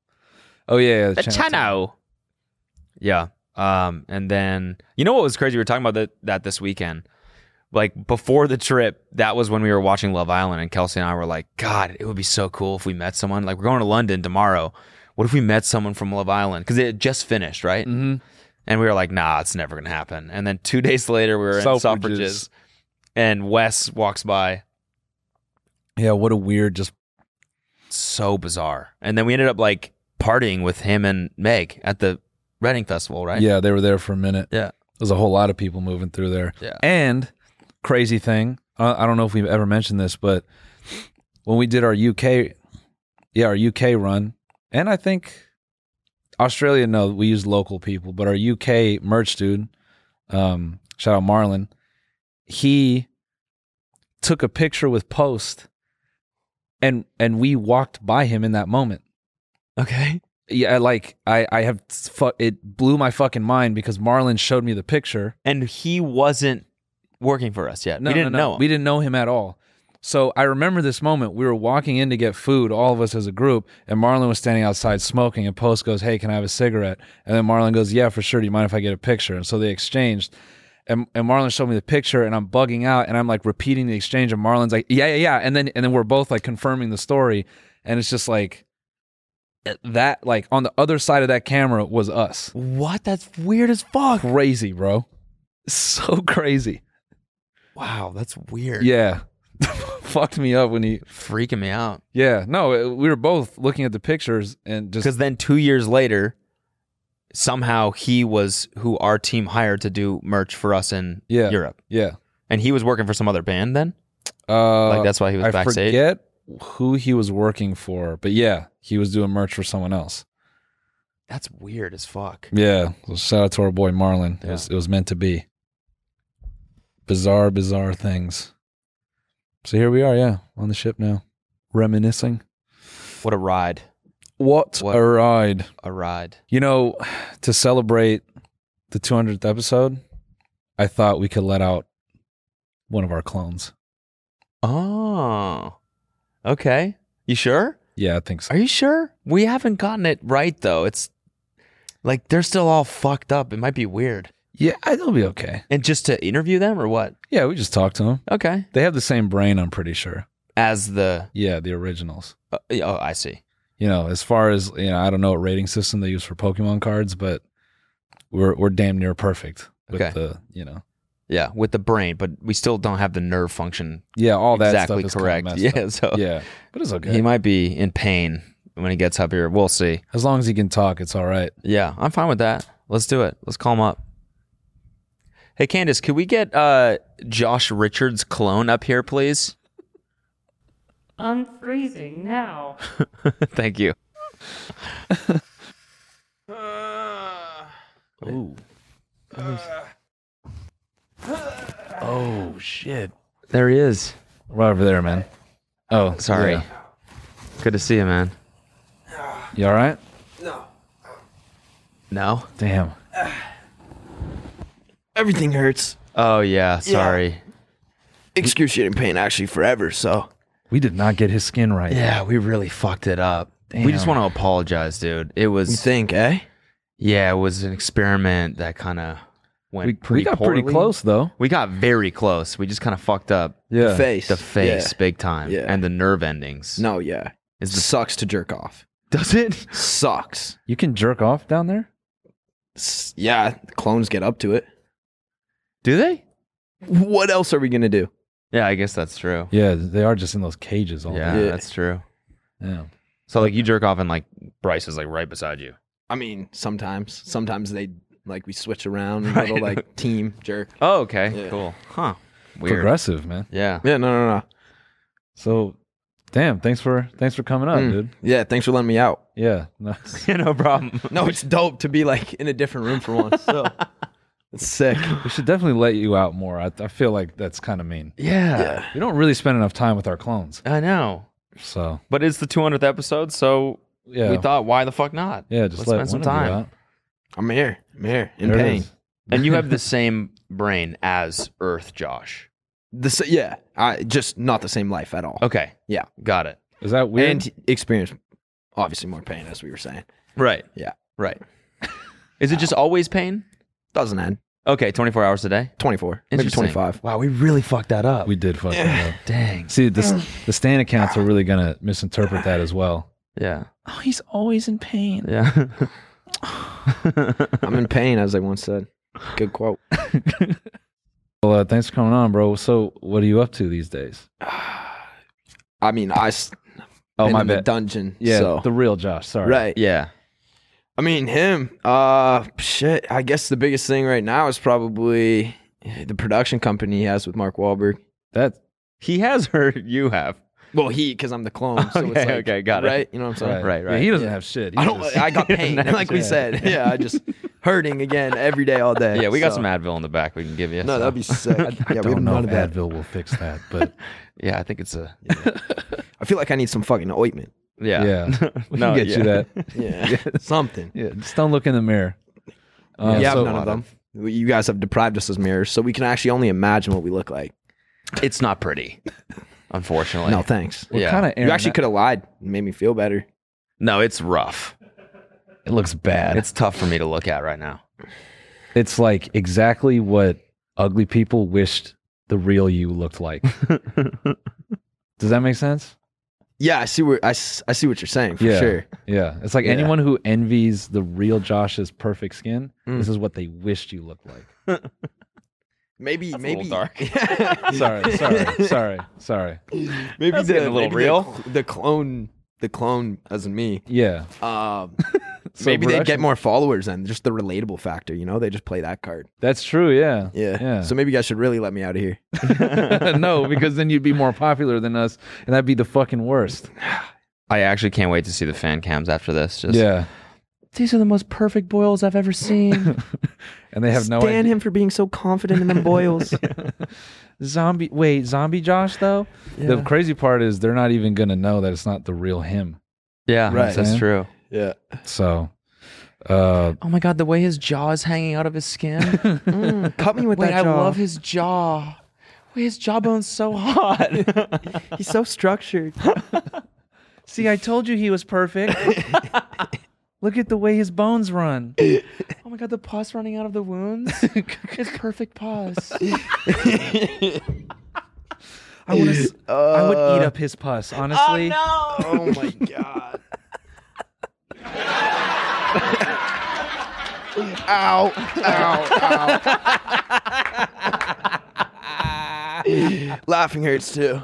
Oh, yeah. yeah,
The channel. Yeah. Um, and then you know what was crazy? We were talking about that that this weekend. Like before the trip, that was when we were watching Love Island, and Kelsey and I were like, "God, it would be so cool if we met someone. Like we're going to London tomorrow. What if we met someone from Love Island? Because it had just finished, right?
Mm-hmm.
And we were like, "Nah, it's never gonna happen." And then two days later, we were
Selfridges.
in Suffrages, and Wes walks by,
Yeah, what a weird just
so bizarre. And then we ended up like partying with him and Meg at the Reading Festival, right?
Yeah, they were there for a minute.
Yeah.
There's a whole lot of people moving through there.
Yeah.
And crazy thing, I, I don't know if we've ever mentioned this, but when we did our UK, yeah, our UK run, and I think Australia, no, we used local people, but our UK merch dude, um, shout out Marlon, he took a picture with Post, and and we walked by him in that moment
Okay.
yeah, like I, I have fu- it blew my fucking mind because Marlon showed me the picture.
and he wasn't working for us yet. we didn't know him.
We didn't know him at all. So I remember this moment. We were walking in to get food, all of us as a group, and Marlon was standing outside smoking. And Post goes, "Hey, can I have a cigarette?" And then Marlon goes, "Yeah, for sure. Do you mind if I get a picture?" And so they exchanged. And, and Marlon showed me the picture, and I'm bugging out, and I'm like repeating the exchange, and Marlon's like, "Yeah, yeah, yeah," and then and then we're both like confirming the story, and it's just like eh, that like on the other side of that camera was us.
what? That's weird as fuck.
crazy, bro. So crazy.
Wow, that's weird.
Yeah. Fucked me up when he.
Freaking me out.
Yeah. No, it- we were both looking at the pictures and just.
Because then two years later, somehow he was who our team hired to do merch for us in
Yeah.
Europe.
Yeah.
And he was working for some other band then?
Uh,
Like that's why he was
I
backstage.
forget who he was working for, but yeah, he was doing merch for someone else.
That's weird as fuck.
Yeah. So shout out to our boy Marlon. It,
Yeah.
was, it was meant to be. Bizarre, bizarre things. So here we are. Yeah. On the ship now. Reminiscing.
What a ride.
what
What-
a ride.
A ride.
You know, to celebrate the 200th episode, I thought we could let out one of our clones.
Oh, okay. You sure?
Yeah, I think so.
Are you sure? We haven't gotten it right though. It's like they're still all fucked up. It might be weird.
Yeah, it'll be okay.
And just to interview them or what?
Yeah, we just talked to them.
Okay.
They have the same brain, I'm pretty sure.
As the
Yeah, the originals.
uh, oh, I see.
You know, as far as you know, I don't know what rating system they use for Pokemon cards, but we're we're damn near perfect with
Okay.
the you know
Yeah, with the brain, but we still don't have the nerve function.
yeah all that
exactly
stuff is
correct.
Kind
yeah, so
yeah, but it's okay.
He might be in pain when he gets up here. We'll see.
as long as he can talk, it's all right.
Yeah, I'm fine with that. Let's do it. Let's call him up. Hey, Candace, could we get uh, Josh Richards' clone up here, please?
I'm freezing now.
Thank you.
Ooh.
Uh.
Oh shit!
There he is.
Right over there, man. Oh,
sorry.
yeah.
Good to see you, man.
You all right?
No.
Damn.
Everything hurts.
Oh yeah. Sorry.
Excruciating pain, actually, forever. So
We did not get his skin right.
Yeah, we really fucked it up. We just
Damn.
want to apologize, dude. It was
You think, eh?
Yeah, it was an experiment that kind of went.
We- we
pretty
got pretty
poorly.
close, though.
We got very close. We just kind of fucked up.
Yeah. The face,
the face,
yeah.
big time,
Yeah.
and the nerve endings.
no, yeah, it sucks to jerk off.
Does it?
Sucks.
You can jerk off down there.
S- Yeah, clones get up to it.
Do they?
What else are we gonna do?
Yeah, I guess that's true.
Yeah, they are just in those cages all
Yeah,
day.
that's true.
Yeah.
So like you jerk off and like Bryce is like right beside you.
I mean, sometimes, sometimes they like we switch around
Right.
little like team jerk.
Oh, okay,
Yeah.
cool, huh? Weird.
Progressive, man.
Yeah.
Yeah, no, no, no.
So, damn, thanks for thanks for coming up,
Mm.
dude.
Yeah, thanks for letting me out.
Yeah. No.
Yeah, no problem.
No, it's dope to be like in a different room for once. So it's sick.
We should definitely let you out more. I, I feel like that's kind of mean.
Yeah.
We don't really spend enough time with our clones.
I know.
So,
But it's the 200th episode, so
Yeah.
we thought, why the fuck not?
yeah, just
Let's
let
spend some
one of you
time.
out.
I'm here. I'm here in
There it
pain.
is.
And you have the same brain as Earth Josh.
This, yeah, I just not the same life at all.
Okay.
Yeah,
Got it.
Is that weird?
and experience obviously more pain as we were saying.
Right.
Yeah,
Right. Is it just always pain?
doesn't end.
Okay, 24 hours a day?
24, maybe
Interesting.
25.
Wow, we really fucked that up.
We did fuck that up.
Dang.
See, this, the Stan accounts are really going to misinterpret that as well.
Yeah.
Oh, he's always in pain.
Yeah.
I'm in pain, as they once said. Good quote.
Well, uh, thanks for coming on, bro. So, what are you up to these days?
I mean, I. s-
Oh,
been
my
in the
bad.
dungeon.
Yeah,
so.
the real Josh. Sorry.
right.
yeah.
I mean, him. Uh, shit. I guess the biggest thing right now is probably the production company he has with Mark Wahlberg.
That
He has heard you have.
Well, he because I'm the clone. So it's
Okay,
like,
okay, got it.
Right. You know what I'm saying?
right,
Right, right.
Yeah, he doesn't have shit. He
I don't.
just-
I got
He doesn't
pain,
have
like we
shit.
said. Yeah, I just hurting again every day, all day.
Yeah, we got
so-
some Advil in the back we can give you.
No,
so-
that'd be sick. I,
I
yeah, we
don't
have
know
none
if
of that.
Advil will fix that, but
Yeah, I think it's a.
I feel like I need some fucking ointment.
Yeah.
yeah, we
No,
can get
yeah.
you that.
Yeah, something.
Yeah, just don't look in the mirror. Uh,
yeah, I have
so-
none of them. We- You guys have deprived us of mirrors, so we can actually only imagine what we look like.
It's not pretty, unfortunately.
No, thanks.
We're
Yeah.
kind of.
You actually could have lied and made me feel better.
No, it's rough.
It looks bad. It's
It's tough for me to look at right now.
it's like exactly what ugly people wished the real you looked like. Does that make sense?
Yeah, I see where I, s- I see what you're saying for
yeah.
sure.
Yeah. It's like
Yeah.
anyone who envies the real Josh's perfect skin,
Mm.
this is what they wished you looked like.
Maybe
That's a little
maybe
sorry, sorry, sorry, sorry.
maybe
That's
the,
getting a little
maybe the
real.
cl- The, clone, the clone as in me.
Yeah.
Um,
So
maybe they get
production-
more followers then. Just the relatable factor, you know? They just play that card.
That's true. Yeah.
Yeah.
Yeah.
So maybe you guys should really let me out of here.
no, because then you'd be more popular than us, and that'd be the fucking worst.
I actually can't wait to see the fan cams after this. Just
Yeah.
These are the most perfect boils I've ever seen.
And they have no idea.
him for being so confident in them boils.
Zombie. Wait, zombie Josh though. The crazy part is they're not even gonna know that it's not the real him.
yeah,
Right.
that's
Man.
true.
yeah.
So, uh,
Oh my god, the way his jaw is hanging out of his skin.
Cut me with
Wait, I
that jaw.
love his jaw. Wait, his jawbone's so hot.
He's so structured.
See, I told you he was perfect. Look at the way his bones run.
Oh my god, the pus running out of the wounds. it's perfect pus.
I want to.
Uh,
I would eat up his pus, honestly.
Oh, no.
Oh my god. ow, ow, ow. Laughing hurts too.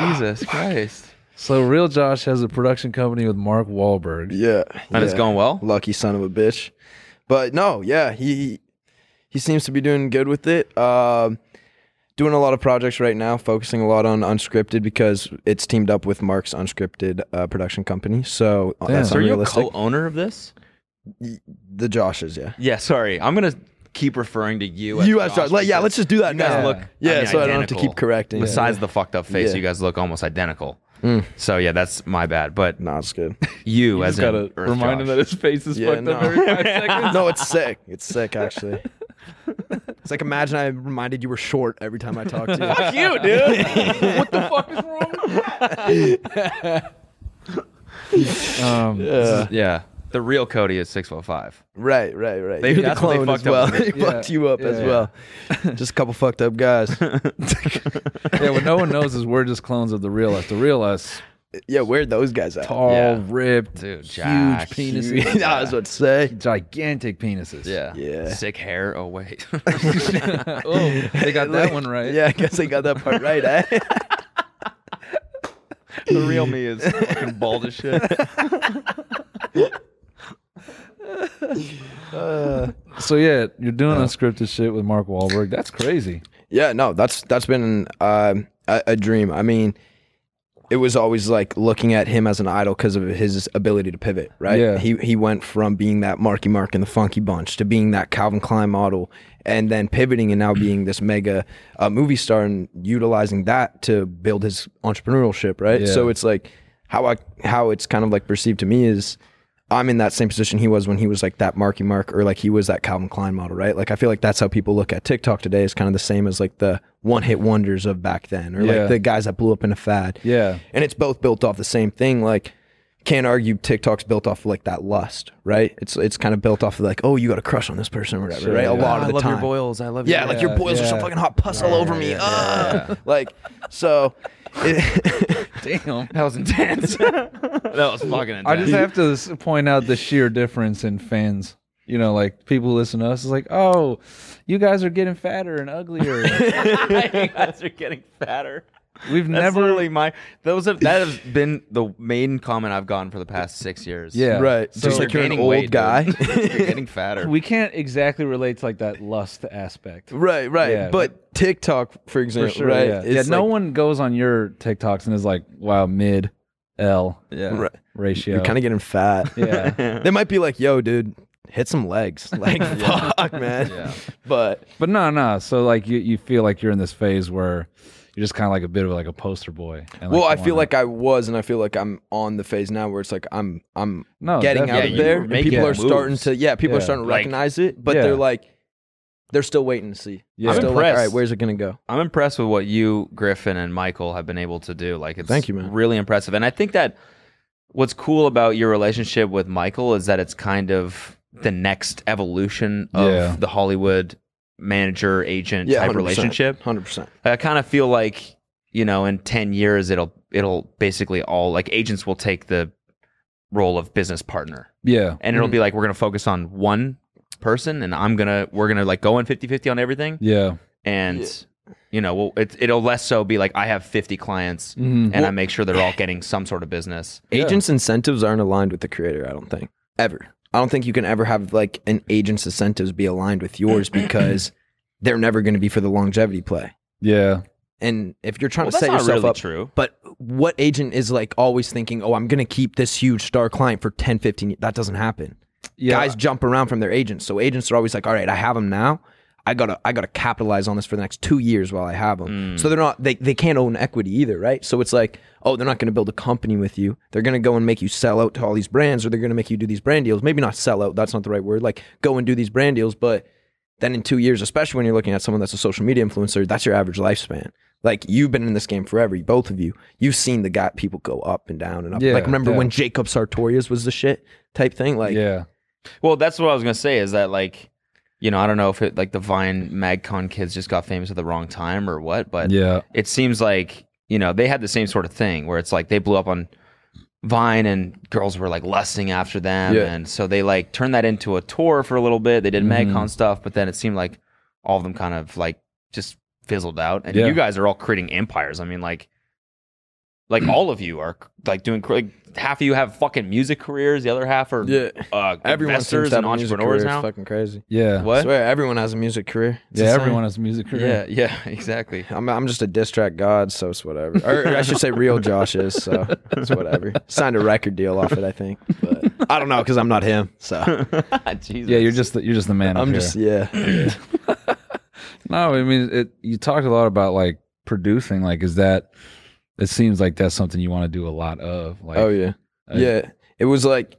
Jesus Christ.
So real Josh has a production company with Mark Wahlberg.
Yeah.
And it's
yeah.
going well?
Lucky son of a bitch. But no, Oh, yeah, he he seems to be doing good with it. Um doing a lot of projects right now, focusing a lot on unscripted because it's teamed up with Mark's unscripted uh, production company. So uh, that's
Are you a
unrealistic.
co-owner of this?
the Josh's, yeah.
Yeah, sorry. I'm gonna keep referring to you.
You as Josh. Like, yeah,
because
let's just do that
You guys
now.
look.
Yeah,
I mean,
so I don't have to
identical.
keep correcting.
Besides
Yeah.
the fucked up face,
Yeah.
you guys look almost identical.
Mm.
So yeah, that's my bad. But
no, it's good.
You,
You
as
just
in
gotta
Earth
remind him
Josh.
that his face is fucked up every five seconds.
no, it's sick. It's sick, actually. It's like imagine I reminded you were short every time I talked to you.
Fuck you, dude. What the fuck is wrong with that?
Um,
Yeah.
yeah. the real Cody is six foot five.
Right, right, right.
They-
They, You're the
that's what they
clone as
fucked up
well.
with
They
it. Yeah.
fucked you up as
Yeah.
well. Just a couple fucked up guys.
yeah, what no one knows is we're just clones of the real us. The real us.
Yeah, where'd those guys at?
Tall,
Yeah.
ripped,
Dude,
huge
Josh,
penises.
huge. Yeah, I
was about to say.
Gigantic penises.
Yeah.
Yeah.
Sick hair. Oh wait.
oh, they got that one right.
Yeah, I guess they got that part right, eh?
the real me is fucking bald as shit.
Uh,
So yeah, you're doing unscripted shit with Mark Wahlberg. That's crazy.
yeah, no, that's that's been um, a, a dream. I mean, it was always like looking at him as an idol because of his ability to pivot, right?
Yeah.
He he went from being that Marky Mark and the Funky Bunch to being that Calvin Klein model, and then pivoting and now being this mega uh, movie star and utilizing that to build his entrepreneurship, right?
Yeah.
So it's like how I how it's kind of like perceived to me is. I'm in that same position he was when he was like that Marky Mark or like he was that Calvin Klein model, right? Like I feel like that's how people look at TikTok today is kind of the same as like the one hit wonders of back then or
Yeah.
like the guys that blew up in a fad.
Yeah.
And it's both built off the same thing. Like, can't argue TikTok's built off like that lust, right? It's it's kind of built off of like, oh, you got a crush on this person or whatever,
Sure,
right? A
yeah.
lot
I
of the
love your
time.
boils. I love
yeah,
your-
like your
Yeah,
boils are so
yeah.
fucking hot, pus all over me. ah! Like, so. it-
Damn,
that was intense. that was fucking intense.
I just have to s- point out the sheer difference in fans. You know, like people who listen to us is like, oh, you guys are getting fatter and uglier.
you guys are getting fatter.
We've
That's
never-
literally my those have that has been the main comment I've gotten for the past six years.
Yeah. Right.
Dude,
Just like you're an
gaining
old
weight, dude.
guy.
you're getting fatter.
We can't exactly relate to like that lust aspect.
Right, right.
Yeah.
but TikTok, for
For
example,
sure,
right?
Yeah,
it's
Yeah, no
like-
one goes on your TikToks and is like, wow, mid L
Right.
ratio.
You're kind of getting fat.
Yeah.
they might be like, yo, dude, hit some legs. Like, fuck, man. But
but no, no. So like you, you feel like you're in this phase where you're just kind of like a bit of like a poster boy. And
well, I feel like I was, and I feel like I'm on the phase now where it's like I'm I'm
No,
getting out
definitely.
of
Yeah,
there.
you were
and
making
people are
moves.
starting to yeah, people are
Yeah.
starting to
Like-
recognize it, but
Yeah.
they're like they're still waiting to see.
Yeah. I'm
Still like,
impressed.
All right, where's it gonna go?
I'm impressed with what you, Griffin, and Michael have been able to do. Like, it's
Thank you, man.
really impressive. And I think that what's cool about your relationship with Michael is that it's kind of the next evolution of
Yeah.
the Hollywood manager agent type relationship.
hundred percent.
I kind of feel like you know, in ten years, it'll it'll basically all like agents will take the role of business partner
Yeah.
and
Mm.
it'll be like we're gonna focus on one person and i'm gonna we're gonna like go in 50-50 on everything
Yeah.
and you know well it, it'll less so be like i have 50 clients
Mhm.
Mm-hmm.
and i
Well-
make sure they're all getting some sort of business
Agents' incentives aren't aligned with the creator, I don't think. Ever. I don't think you can ever have like an agent's incentives be aligned with yours because they're never going to be for the longevity play.
Yeah.
And if you're trying
Well,
to set
that's not
yourself
really
up,
true.
but what agent is like always thinking, "Oh, I'm going to keep this huge star client for 10, 15 years." That doesn't happen.
Uh,
Yeah.
Guys jump around from their agents. So agents are always like, "All right, I have them now. I got to I got to capitalize on this for the next 2 years while I have them."
Mm.
So they're not they they can't own equity either, right? So it's like, "Oh, they're not going to build a company with you. They're going to go and make you sell out to all these brands or they're going to make you do these brand deals. Maybe not sell out, that's not the right word. Like go and do these brand deals, but
then in two years, especially when you're looking at someone that's a social media influencer, that's your average lifespan. Like you've been in this game forever, both of you. You've seen the guy people go up and down and up.
Yeah,
like remember
yeah.
when Jacob Sartorius was the shit type thing? Like
yeah,
Well, that's what I was gonna say. Is that like, you know, I don't know if it like the Vine MagCon kids just got famous at the wrong time or what, but
Yeah.
it seems like you know they had the same sort of thing where it's like they blew up on Vine and girls were like lusting after them,
Yeah.
and so they like turned that into a tour for a little bit. They did
Mhm.
MagCon stuff, but then it seemed like all of them kind of like just fizzled out. And
Yeah.
you guys are all creating empires. I mean, like like all of you are like doing like half of you have fucking music careers, the other half are
Yeah.
uh,
Everyone seems
investors
to have
and
a music
entrepreneurs
career.
now.
It's fucking crazy.
Yeah.
What?
I swear, everyone has a music career.
Yeah,
the same.
everyone has a music career.
Yeah, yeah, exactly.
I'm, I'm just a diss track god, so it's whatever. Or I should say, real Josh is, so it's whatever. Signed a record deal off it, I think. But I don't know because I'm not him. So
Yeah, you're just the, you're just the man. up
I'm
here.
just yeah.
No, I mean, it, you talked a lot about like producing. Like, is that? It seems like that's something you want to do a lot of. Like,
oh yeah,
I-
yeah. It was like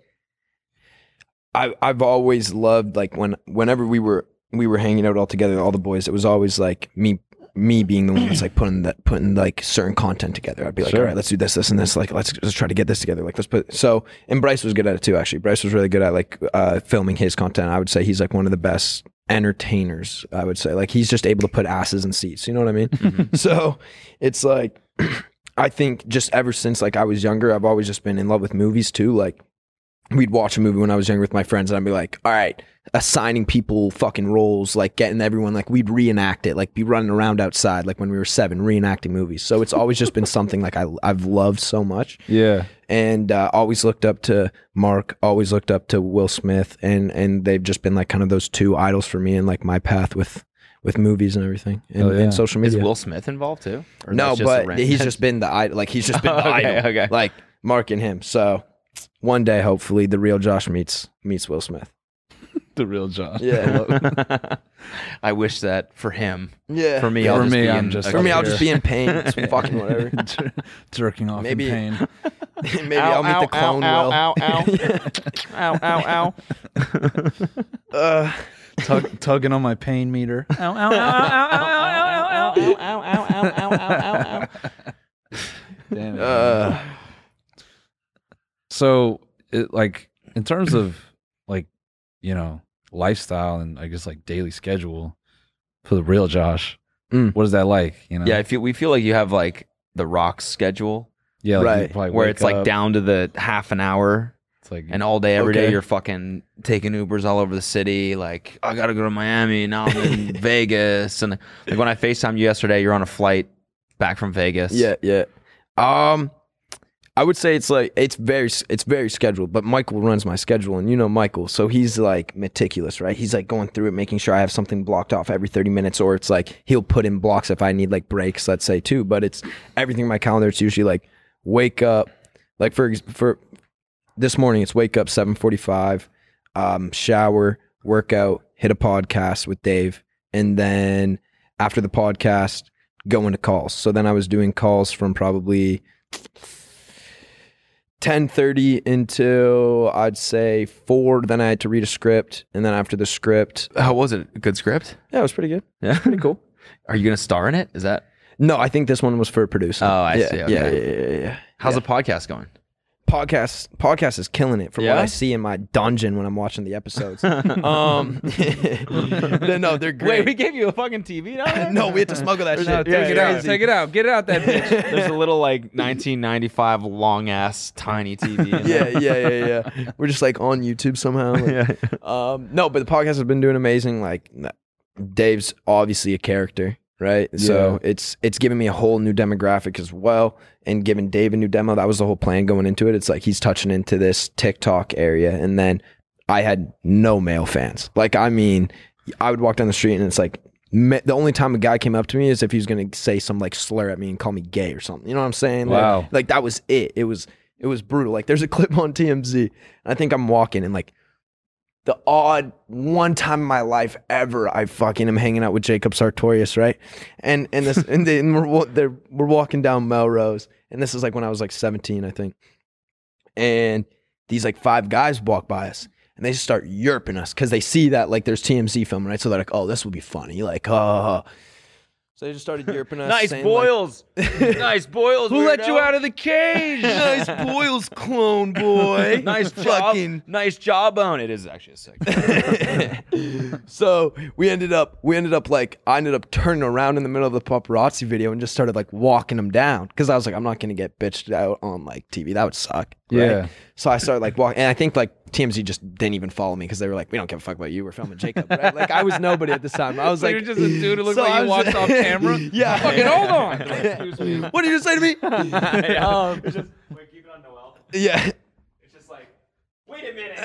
I I've always loved like when whenever we were we were hanging out all together, all the boys. It was always like me me being the one that's like putting that putting like certain content together. I'd be like,
Sure.
all right, let's do this, this, and this. Like, let's let's try to get this together. Like, let's put so. And Bryce was good at it too. Actually, Bryce was really good at like uh, filming his content. I would say he's like one of the best entertainers. I would say like he's just able to put asses in seats. You know what I mean? so it's like I think just ever since like I was younger, I've always just been in love with movies too. Like we'd watch a movie when I was younger with my friends, and I'd be like, all right, assigning people fucking roles, like getting everyone, like we'd reenact it, like be running around outside, like when we were seven, reenacting movies. So it's always just been something like I, I've loved so much.
Yeah.
And uh, always looked up to Mark, always looked up to Will Smith, and and they've just been like kind of those two idols for me and like my path with with movies and everything and,
Oh, yeah.
and social media.
Is Will Smith involved too? Or
No,
that's just a
but
random-
he's just been the idol. Like he's just been the
Okay,
idol.
okay.
Like Mark and him. So one day, hopefully, the real Josh meets meets Will Smith.
the real Josh.
Yeah.
I wish that for him.
Yeah.
For me,
For
I'll just
me,
be
I'm
in
just
a
For me, I'll just
career.
be in pain. It's fucking whatever.
jerking off
Maybe-
in pain.
Maybe I'll meet the clone Will.
ow, ow,
Uh,
Tug, tugging on my pain meter.
ow, ow, ow, ow, ow, ow, ow, ow, ow, ow, ow, ow, ow, ow.
Damn it.
Uh.
So, it, like, in terms of like, you know, lifestyle and I guess like daily schedule for the real Josh, what is that like? You know,
Yeah, I feel we feel like you have like the Rock's schedule.
Yeah, like, you Right. probably
Where
wake
it's like
up-
down to the half an hour.
It's like
and all day every day
Okay.
you're fucking taking Ubers all over the city. Like I gotta go to Miami now. I'm in Vegas, and like when I Facetime you yesterday, you're on a flight back from Vegas.
Yeah, yeah. Um, I would say it's like it's very it's very scheduled, but Michael runs my schedule, and you know Michael, so he's like meticulous, right? He's like going through it, making sure I have something blocked off every thirty minutes, or it's like he'll put in blocks if I need like breaks, let's say too. But it's everything in my calendar. It's usually like wake up, like for ex- for this morning, it's wake up seven forty five, um, shower, workout, hit a podcast with Dave, and then after the podcast, go into calls. So then I was doing calls from probably 10:30 until I'd say 4 then I had to read a script and then after the script
How was it? Good script?
Yeah, it was pretty good.
Yeah.
Pretty cool.
Are you gonna star in it? Is that?
No, I think this one was for a producer. Oh,
I
yeah,
see.
Yeah,
Okay.
yeah, yeah, yeah, yeah.
How's the podcast going?
Podcast podcast is killing it from
Yeah?
what I see in my dungeon when I'm watching the episodes. um no, no, they're great.
Wait, we gave you a fucking TV down there?
no, we had to smuggle that shit.
No,
Yeah, yeah, yeah.
Take it out. Get it out that bitch.
There's a little like 1995 long ass tiny TV. in
yeah,
there.
yeah, yeah, yeah. We're just like on YouTube somehow. Like, Um, no, but the podcast has been doing amazing. Like n- Dave's obviously a character, right? So it's it's giving me a whole new demographic as well, and giving Dave a new demo. That was the whole plan going into it. It's like he's touching into this TikTok area, and then I had no male fans. Like I mean, I would walk down the street, and it's like. ma- The only time a guy came up to me is if he was gonna say some like slur at me and call me gay or something. You know what I'm saying? Like-
Wow.
like that was it. It was it was brutal. Like there's a clip on TMZ. And I think I'm walking and like the odd one time in my life ever I fucking am hanging out with Jacob Sartorius, right? And and this and, they, and we're wa- they're, we're walking down Melrose, and this is like when I was like 17, I think. And these like five guys walk by us, and they just start yerping us because they see that like there's TMZ filming, right? So they're like, oh, this will be funny. Like, oh. So they just started yerping us.
Nice
saying, like,
boils. nice boils.
Who let you
weirdo.
out of the cage? Nice boils, clone boy.
nice
Fucking-
job. Nice jawbone. It is actually a sick.
so we ended up we ended up like I ended up turning around in the middle of the paparazzi video and just started like walking them down because I was like I'm not gonna get bitched out on like TV that would suck right?
Yeah.
so I started like walking and I think like TMZ just didn't even follow me because they were like we don't give a fuck about you we're filming Jacob right? like I was nobody at this time I was
So
like
you're just a dude who looks like
I
he
was-
walks off camera?
yeah
Fucking hold on.
Excuse me. what did you say to me um, yeah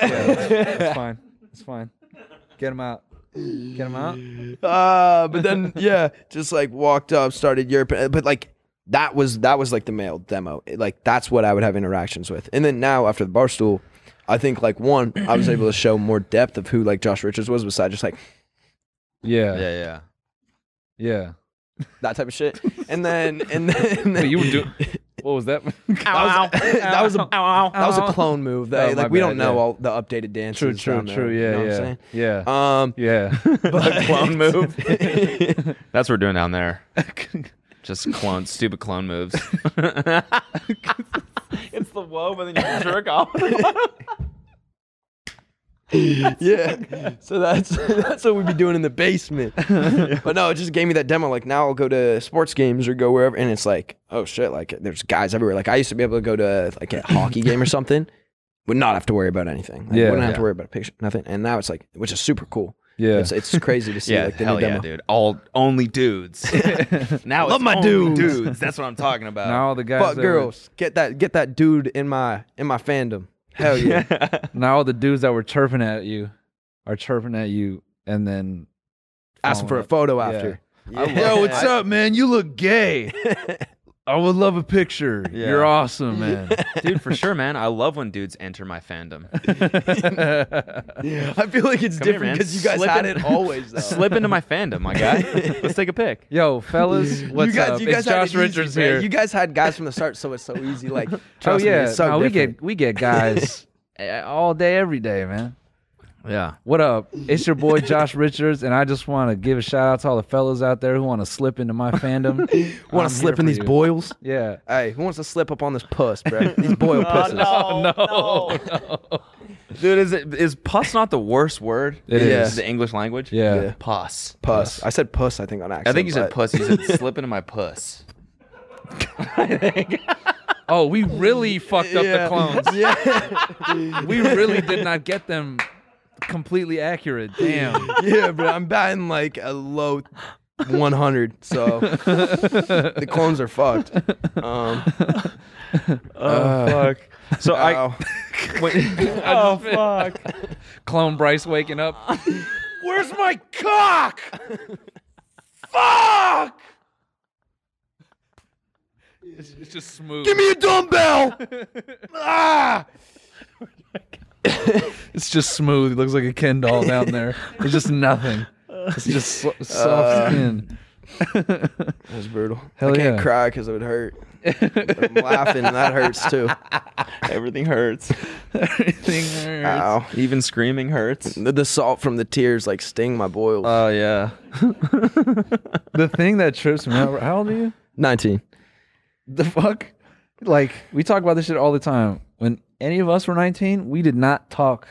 it's fine. It's fine. Get him out. Get him out.
uh, but then yeah, just like walked up, started Europe, uh, but like that was that was like the male demo. It- Like that's what I would have interactions with. And then now after the barstool, I think like one, I was able to show more depth of who like Josh Richards was besides just like
Yeah.
Yeah, yeah.
Yeah.
that type of shit. And then and then, and then
But you were doing. What was that?
that was, that was a that was a clone move. That
Oh, my
like we
bad,
don't know
yeah.
all the updated dances.
True, true,
down there,
true.
you know
Yeah,
what I'm
yeah,
saying?
yeah.
Um,
yeah.
but-
clone move. That's what we're doing down there. Just clone, stupid clone moves.
it's the whoa, but then you jerk off.
yeah. So that's that's what we'd be doing in the basement. but no, it just gave me that demo. Like now I'll go to sports games or go wherever, and it's like, oh shit, like there's guys everywhere. Like I used to be able to go to like a hockey game or something, would not have to worry about anything. Like,
Yeah.
wouldn't have to
Yeah.
worry about a picture, nothing. And now it's like, which is super cool.
Yeah.
it's, it's crazy to see
yeah,
like the
hell
new
yeah,
demo.
dude. All only dudes. now
Love
it's
my
only
dudes.
That's what I'm talking about.
Now all the guys.
Fuck
that
girls, get that get that dude in my in my fandom. Hell yeah.
Were, now all the dudes that were chirping at you are chirping at you, and then
Ask him for a
following up.
photo
Yeah.
after.
I love- Yo, what's up, man? You look gay. I would love a picture. You're awesome, man.
dude, for sure, man. I love when dudes enter my fandom.
I feel like it's
Come here,
different
man.
because you guys
Slip
had
in-
it always though.
Slip into my fandom, my guy. Let's take a pic.
Yo, fellas, what's
you guys,
up?
You guys
it's
had it
Josh
easy,
Richards
man.
here.
You guys had guys from the start, so it's so easy. Like,
oh
trust me,
yeah,
it's so
no, we
different.
get we get guys all day, every day, man.
Yeah.
What up? It's your boy Josh Richards, and I just want to give a shout out to all the fellas out there who want to slip into my fandom. I'm
Want
here
to slip in
for
these
you.
boils?
Yeah.
Hey, who wants to slip up on this puss, bro? These boil pusses.
no,
Dude, is it is pus not the worst word?
It
in
is.
the English language.
Yeah.
Yeah.
Pus.
Puss. I said puss. I think on accident.
I think you said
but-
puss. You said slip into my puss.
Oh, we really fucked up the
Yeah.
clones.
Yeah,
We really did not get them completely accurate. Damn.
yeah, bro. I'm batting like a low 100, so the clones are fucked. Um,
Oh, fuck. So I
ow.
oh fuck. Clone Bryce waking up. Where's my cock? fuck. It's, it's just smooth.
give me a dumbbell. ah,
It's just smooth. He looks like a Ken doll down there. It's just nothing. It's just so-
Uh.
soft skin.
that was brutal.
Hell
I can't
yeah.
cry because it would hurt. I'm laughing. and That hurts too.
everything hurts.
Everything hurts.
Ow.
Even screaming hurts.
The, the salt from the tears like sting my boils.
Oh yeah.
The thing that trips me out. How old are you?
19.
The fuck? Like we talk about this shit all the time. When any of us were 19, we did not talk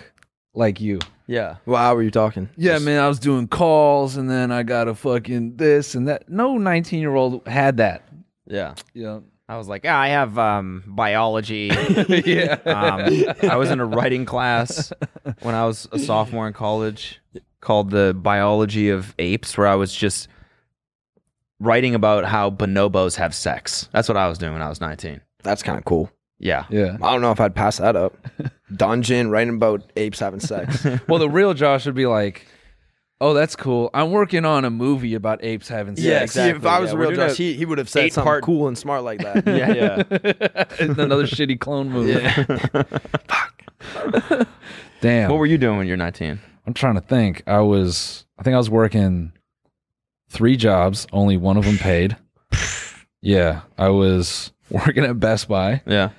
like you.
Yeah.
Wow, were you talking?
Yeah, man, I was doing calls and then I got a fucking this and that. No 19 year old had that.
Yeah.
Yeah.
I was like, "Ah, I have um, biology.
yeah.
um, I was in a writing class when I was a sophomore in college called the Biology of Apes, where I was just writing about how bonobos have sex. That's what I was doing when I was 19.
That's kind of cool.
Yeah.
Yeah.
I don't know if I'd pass that up. Dungeon writing about apes having sex.
Well, the real Josh would be like, oh, that's cool. I'm working on a movie about apes having sex.
Yeah, see, if I was
Yeah,
a
we're
real
doing
Josh,
a
he, he would have said something
eight-part-
cool and smart like that.
Yeah. Yeah.
Another shitty clone movie. Damn.
what were you doing when you were 19?
I'm trying to think. I was, I think I was working three jobs, only one of them paid. yeah. I was working at Best Buy.
Yeah.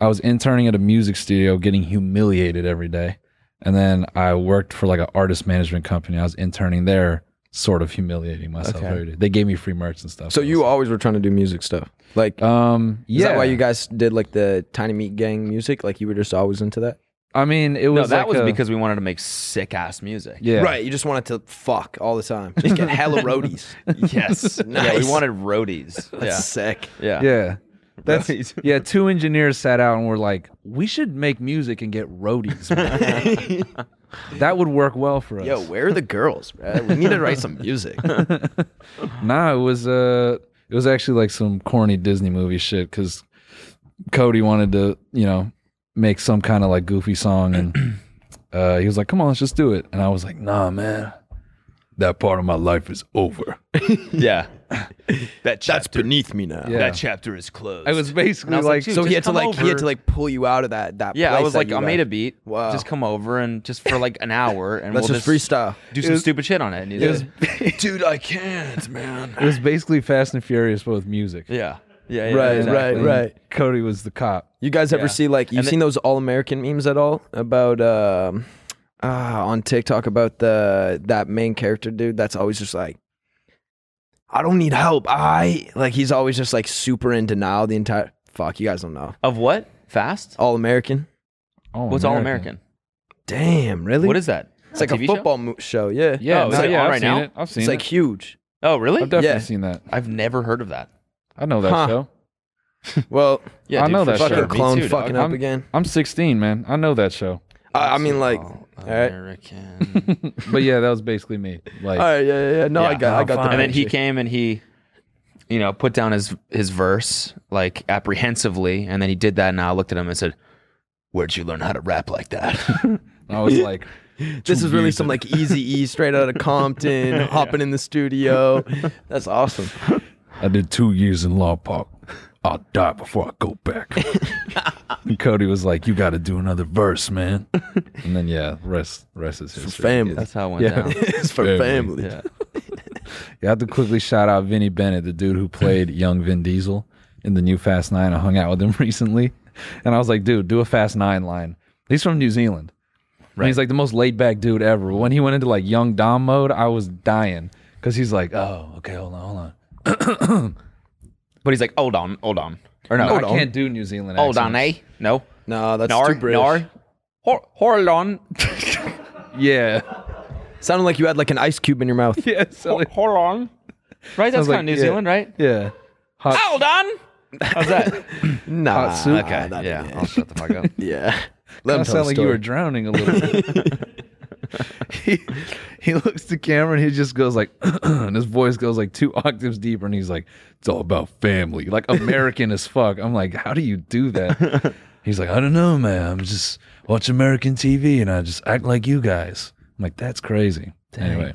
I was interning at a music studio, getting humiliated every day. And then I worked for like an artist management company. I was interning there, sort of humiliating myself.
Okay.
every day. They gave me free merch and stuff.
So you always were trying to do music stuff, like
um,
Is that why
yeah.
you guys did like the Tiny Meat Gang music? Like you were just always into that.
I mean, it
no,
was
that
like
was
a-
because we wanted to make sick ass music.
Right. You just wanted to fuck all the time. Just get hella roadies.
Yes. Yeah, we
Nice.
wanted roadies.
That's
yeah.
sick.
Yeah.
Yeah. That's
Roadies.
yeah. Two engineers sat out and were like, "We should make music and get roadies. man." that would work well for us."
Yo, where are the girls, bro? We need to write some music.
nah, it was uh, it was actually like some corny Disney movie shit because Cody wanted to, you know, make some kind of like goofy song, and uh, he was like, "Come on, let's just do it," and I was like, "Nah, man, that part of my life is over."
yeah. That
That's beneath me now.
Yeah.
That chapter is closed.
It was basically
And I
like-
dude,
so he
just
had to
come
like he had
over.
to like pull you out of that that.
Yeah, I
place
was
that
like,
you
I made
left.
a beat.
Wow.
Just come over and just for like an hour, and
Let's
we'll
just freestyle.
do
It
some
was-
stupid shit on it. And you
it
did
was-
it. dude, I can't, man.
It was basically Fast and Furious, but with music.
Yeah. Yeah, yeah,
right,
Exactly.
right, right.
Cody was the cop.
You guys ever
Yeah.
see like you
And
seen those all American memes at all about um uh, on TikTok about the that main character dude that's always just like I don't need help. I like he's always just like super in denial the entire fuck you guys don't know.
Of what? Fast?
All American.
Oh,
What's All American?
Damn, really?
What is that?
It's like a,
TV show?
football mo- show, yeah.
Yeah, Oh, is no, it yeah, on I've right seen now? it. I've
it's
seen
like
it.
huge.
Oh, really?
I've definitely seen that.
I've never heard of that.
I know that
Huh.
show.
Well,
Yeah,
I
dude,
Oh,
know
for
that
sure.
show.
Fucking clone
Me too, dog.
fucking
up
I'm-
again.
I'm 16, man. I know that show.
I, I mean like
American.
but yeah, that was basically me. Like,
All right, yeah, yeah, yeah. No, I got
Oh,
I got the
And then he
picture.
came and he, you know, put down his his verse like apprehensively, and then he did that, and I looked at him and said, "Where'd you learn how to rap like that?"
I was like,
This is really some like Easy E straight out of Compton, hopping in the studio. That's awesome.
I did two years in Law Park. I'll die before I go back. and Cody was like, "You got to do another verse, man." And then yeah, rest rest is history.
family.
Yeah.
That's
how it went down.
It's for family.
Yeah. you have to quickly shout out Vinny Bennett, the dude who played young Vin Diesel in the new Fast Nine. I hung out with him recently, and I was like, "Dude, do a Fast Nine line." He's from New Zealand. And he's like the most laid back dude ever. When he went into like young Dom mode, I was dying because he's like, "Oh, okay, hold on, hold on."
but he's like, "Hold on, hold on," or no,
I can't do New Zealand.
Hold on, eh?
accents.
No,
no, that's
nar,
too British.
Nar. Ho- hold on. eh?
Yeah.
Sounded like you had like an ice cube in your mouth.
Yeah,
Ho- hold on. Right, that's
Sounds like-
kind of New
yeah.
Zealand, right?
Yeah. Hot-
Hold on. How's that?
Nah.
Hot soup?
okay.
not
Yeah,
yet.
I'll shut the fuck up.
Yeah. Let
That
him tell the
sounded like you
story.
were drowning a little bit. he, he looks to camera and he just goes like, and his voice goes like two octaves deeper, and he's like, "It's all about family, like American as fuck." I'm like, "How do you do that?" He's like, "I don't know, man. I'm just watch American TV and I just act like you guys." I'm like, "That's crazy." Anyway,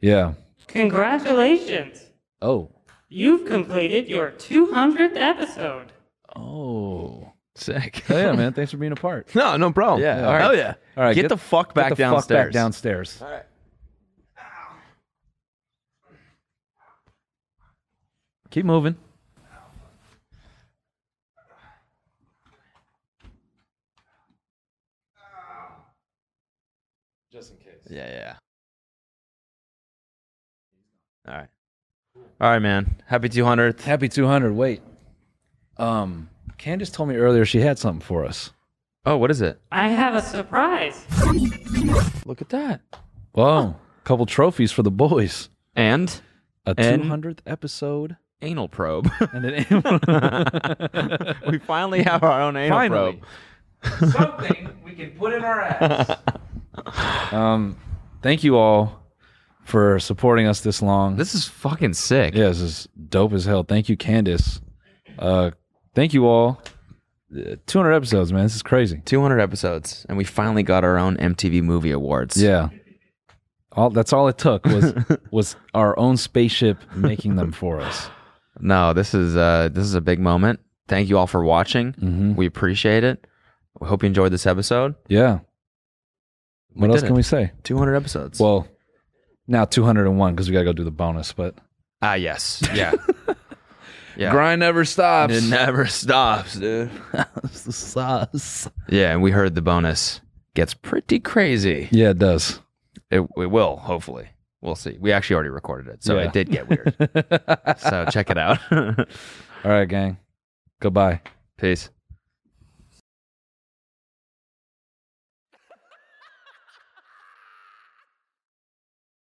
yeah.
Congratulations!
Oh,
You've completed your 200th episode.
oh,
sick.
Hell yeah, man. Thanks for being a part.
No, no problem.
Yeah.
All right.
Hell yeah.
All right,
Get the fuck back
get the Fuck back
downstairs.
downstairs.
All right.
Keep moving. Just in case.
Yeah, yeah. All right. All right, man. Happy 200th.
Happy 200. Wait. Um, Candace told me earlier she had something for us.
Oh, what is it?
I have a surprise.
Look at that.
Whoa. Couple trophies for the boys.
And
A
And-
200th episode.
anal probe.
And an anal-
we finally have our own anal
Finally.
probe.
Something we can put in our ass. Um, thank you all for supporting us this long.
This is fucking sick.
Yeah, this is dope as hell. Thank you, Candace. Uh, thank you all. Uh, 200 episodes, man. This is crazy.
200 episodes, and we finally got our own MTV Movie Awards.
Yeah. All that's all it took was was our own spaceship making them for us.
No, this is uh, this is a big moment. Thank you all for watching.
Mhm.
We appreciate it. We hope you enjoyed this episode.
Yeah. What
We
else
did it.
can we say?
200 episodes.
Well, now 201 because we gotta go do the bonus. But
ah, yes, yeah, yeah.
grind never stops.
It never stops, dude.
That's the sauce.
Yeah, and we heard the bonus. gets pretty crazy.
Yeah, it does.
It, it will, hopefully. We'll see. We actually already recorded it, so
Yeah.
it did get weird. so check it out. All
right, gang. Goodbye.
Peace.